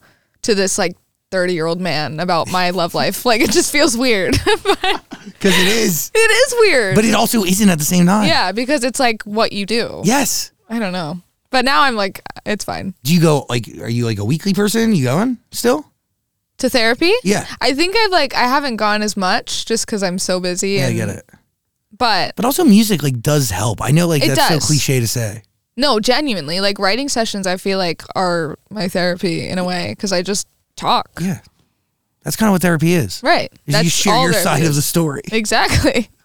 [SPEAKER 2] to this like 30 year old man about my love life. Like it just feels weird.
[SPEAKER 1] Because it is,
[SPEAKER 2] it is weird.
[SPEAKER 1] but it also isn't at the same time.
[SPEAKER 2] yeah, because it's like what you do.
[SPEAKER 1] Yes.
[SPEAKER 2] I don't know. But now I'm like, it's fine.
[SPEAKER 1] Do you go like? Are you like a weekly person? You going still?
[SPEAKER 2] To therapy?
[SPEAKER 1] Yeah.
[SPEAKER 2] I think I've like I haven't gone as much just because I'm so busy.
[SPEAKER 1] Yeah, I
[SPEAKER 2] and-
[SPEAKER 1] get it.
[SPEAKER 2] But
[SPEAKER 1] But also, music like does help. I know like
[SPEAKER 2] It
[SPEAKER 1] that's
[SPEAKER 2] does.
[SPEAKER 1] so cliche to say.
[SPEAKER 2] no, genuinely, like writing sessions, I feel like are my therapy in a way because I just talk.
[SPEAKER 1] Yeah, that's kind of what therapy is.
[SPEAKER 2] Right.
[SPEAKER 1] Is you share your
[SPEAKER 2] therapy
[SPEAKER 1] side of
[SPEAKER 2] is.
[SPEAKER 1] the story.
[SPEAKER 2] Exactly.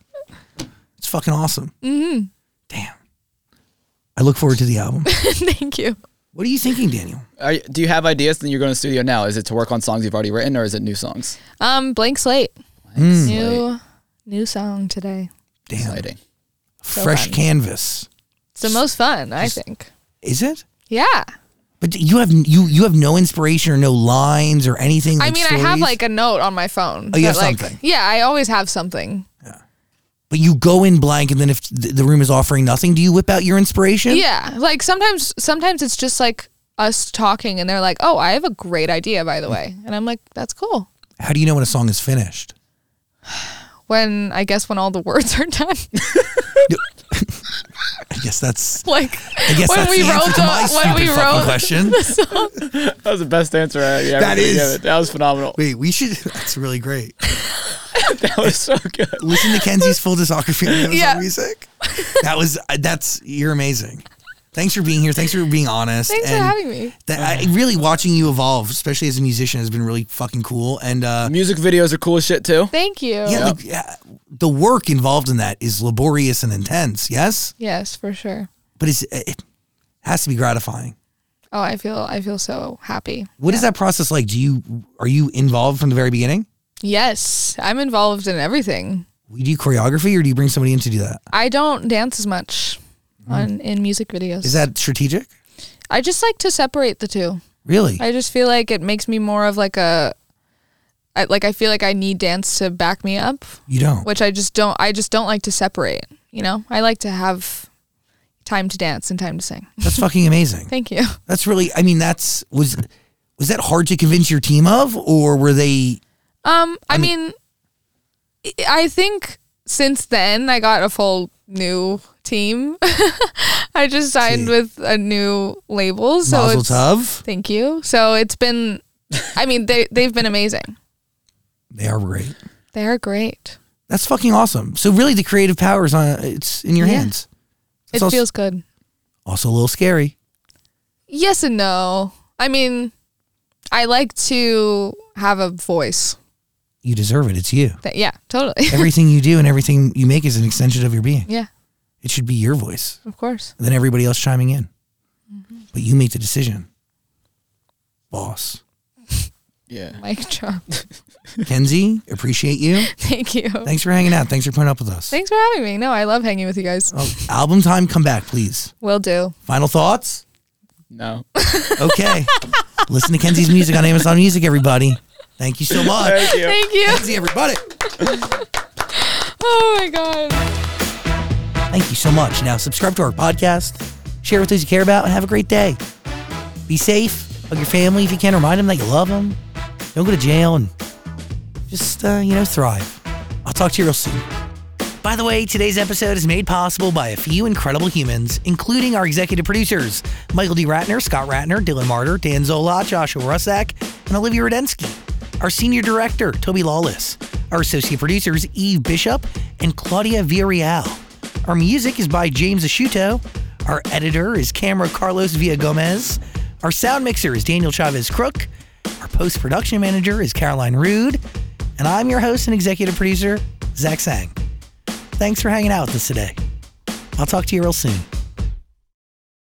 [SPEAKER 1] It's fucking awesome. Mm-hmm. Damn. I look forward to the album.
[SPEAKER 2] Thank you.
[SPEAKER 1] what are you thinking, Daniel?
[SPEAKER 3] Are, do you have ideas? Then you're going to the studio now. Is it to work on songs you've already written, or is it new songs?
[SPEAKER 2] Um, blank slate.
[SPEAKER 1] Mm.
[SPEAKER 3] Slate.
[SPEAKER 2] New new song today.
[SPEAKER 1] Damn.
[SPEAKER 3] Exciting.
[SPEAKER 1] Fresh
[SPEAKER 2] fun.
[SPEAKER 1] canvas.
[SPEAKER 2] It's the most fun, I think.
[SPEAKER 1] Is it?
[SPEAKER 2] Yeah.
[SPEAKER 1] But you have you you have no inspiration or no lines or anything.
[SPEAKER 2] I
[SPEAKER 1] like
[SPEAKER 2] mean, I have
[SPEAKER 1] stories?
[SPEAKER 2] like a note on my phone.
[SPEAKER 1] Oh, you
[SPEAKER 2] that,
[SPEAKER 1] have
[SPEAKER 2] like,
[SPEAKER 1] something.
[SPEAKER 2] Yeah, I always have something.
[SPEAKER 1] But you go in blank, and then if th- the room is offering nothing, do you whip out your inspiration?
[SPEAKER 2] Yeah, like sometimes sometimes it's just like us talking and they're like, "Oh, I have a great idea by the way." And I'm like, "That's cool."
[SPEAKER 1] How do you know when a song is finished?
[SPEAKER 2] When I guess when all the words are done.
[SPEAKER 1] I guess that's.
[SPEAKER 2] like
[SPEAKER 1] I guess
[SPEAKER 2] when
[SPEAKER 1] that's
[SPEAKER 2] we
[SPEAKER 1] the
[SPEAKER 2] wrote
[SPEAKER 1] answer to my
[SPEAKER 2] the when
[SPEAKER 1] stupid
[SPEAKER 2] we
[SPEAKER 1] fucking
[SPEAKER 2] wrote
[SPEAKER 1] question.
[SPEAKER 3] That was the best answer I yeah,
[SPEAKER 1] That is-
[SPEAKER 3] That was phenomenal.
[SPEAKER 1] Wait, we should. That's really great.
[SPEAKER 3] That was so good.
[SPEAKER 1] Listen to Kenzie's full discography on Amazon
[SPEAKER 2] Yeah.
[SPEAKER 1] Music. That was uh, that's you're amazing. Thanks for being here. Thanks for being honest.
[SPEAKER 2] Thanks for
[SPEAKER 1] And
[SPEAKER 2] having me.
[SPEAKER 1] That, I, really watching you evolve, especially as a musician, has been really fucking cool. And uh,
[SPEAKER 3] Music videos are cool as shit too.
[SPEAKER 2] Thank you.
[SPEAKER 1] yeah, like, yeah, the work involved in that is laborious and intense. Yes,
[SPEAKER 2] Yes, for sure.
[SPEAKER 1] but it's, it has to be gratifying.
[SPEAKER 2] Oh, I feel I feel so happy.
[SPEAKER 1] What is that process like? Do you are you involved from the very beginning?
[SPEAKER 2] Yes, I'm involved in everything.
[SPEAKER 1] Do you do choreography, or do you bring somebody in to do that?
[SPEAKER 2] I don't dance as much on in music videos.
[SPEAKER 1] Mm. Is that strategic?
[SPEAKER 2] I just like to separate the two.
[SPEAKER 1] Really?
[SPEAKER 2] I just feel like it makes me more of like a I, like I feel like I need dance to back me up,
[SPEAKER 1] you don't.
[SPEAKER 2] which I just don't I just don't like to separate, you know? I like to have time to dance and time to sing.
[SPEAKER 1] That's fucking amazing.
[SPEAKER 2] Thank you.
[SPEAKER 1] That's really. I mean, that's was was that hard to convince your team of, or were they?
[SPEAKER 2] Um I mean I- I think since then I got a full new team. I just signed
[SPEAKER 1] See.
[SPEAKER 2] with a new label, so
[SPEAKER 1] Mazel
[SPEAKER 2] it's
[SPEAKER 1] tov.
[SPEAKER 2] Thank you. So it's been I mean they they've been amazing.
[SPEAKER 1] They are great.
[SPEAKER 2] They're great.
[SPEAKER 1] That's fucking awesome. So really, the creative power is on. It's in your
[SPEAKER 2] Yeah.
[SPEAKER 1] hands. It's
[SPEAKER 2] it
[SPEAKER 1] also,
[SPEAKER 2] feels good.
[SPEAKER 1] also a little scary.
[SPEAKER 2] Yes and no. I mean, I like to have a voice.
[SPEAKER 1] You deserve it. It's you.
[SPEAKER 2] That, yeah, totally.
[SPEAKER 1] Everything you do and everything you make is an extension of your being.
[SPEAKER 2] yeah,
[SPEAKER 1] It should be your voice,
[SPEAKER 2] of course.
[SPEAKER 1] and then everybody else chiming in.
[SPEAKER 2] Mm-hmm.
[SPEAKER 1] But you make the decision, boss.
[SPEAKER 3] Yeah.
[SPEAKER 2] Mic drop.
[SPEAKER 1] Kenzie, appreciate you.
[SPEAKER 2] Thank you.
[SPEAKER 1] Thanks for hanging out. Thanks for putting up with us.
[SPEAKER 2] Thanks for having me. No, I love hanging with you guys.
[SPEAKER 1] Oh, album time, come back, please.
[SPEAKER 2] Will do.
[SPEAKER 1] Final thoughts.
[SPEAKER 3] No.
[SPEAKER 1] Okay. Listen to Kenzie's music on Amazon Music, everybody. Thank you so much.
[SPEAKER 3] Thank you.
[SPEAKER 2] Thank you.
[SPEAKER 1] Kenzie, everybody.
[SPEAKER 2] Oh my god.
[SPEAKER 1] Thank you so much. Now, subscribe to our podcast, share with those you care about, and have a great day. Be safe. Hug your family if you can. Remind them that you love them. Don't go to jail and just, uh, you know, thrive. I'll talk to you real soon. By the way, today's episode is made possible by a few incredible humans, including our executive producers Michael D. Ratner, Scott Ratner, Dylan Martyr, Dan Zola, Joshua Rusak, and Olivia Rudensky. Our senior director, Toby Lawless. Our associate producers, Eve Bishop and Claudia Villarreal. Our music is by James Asciuto. Our editor is Camera Carlos Villa Gomez. Our sound mixer is Daniel Chavez Crook. Our post production manager is Caroline Rude. And I'm your host and executive producer, Zach Sang thanks for hanging out with us today. I'll talk to you real soon.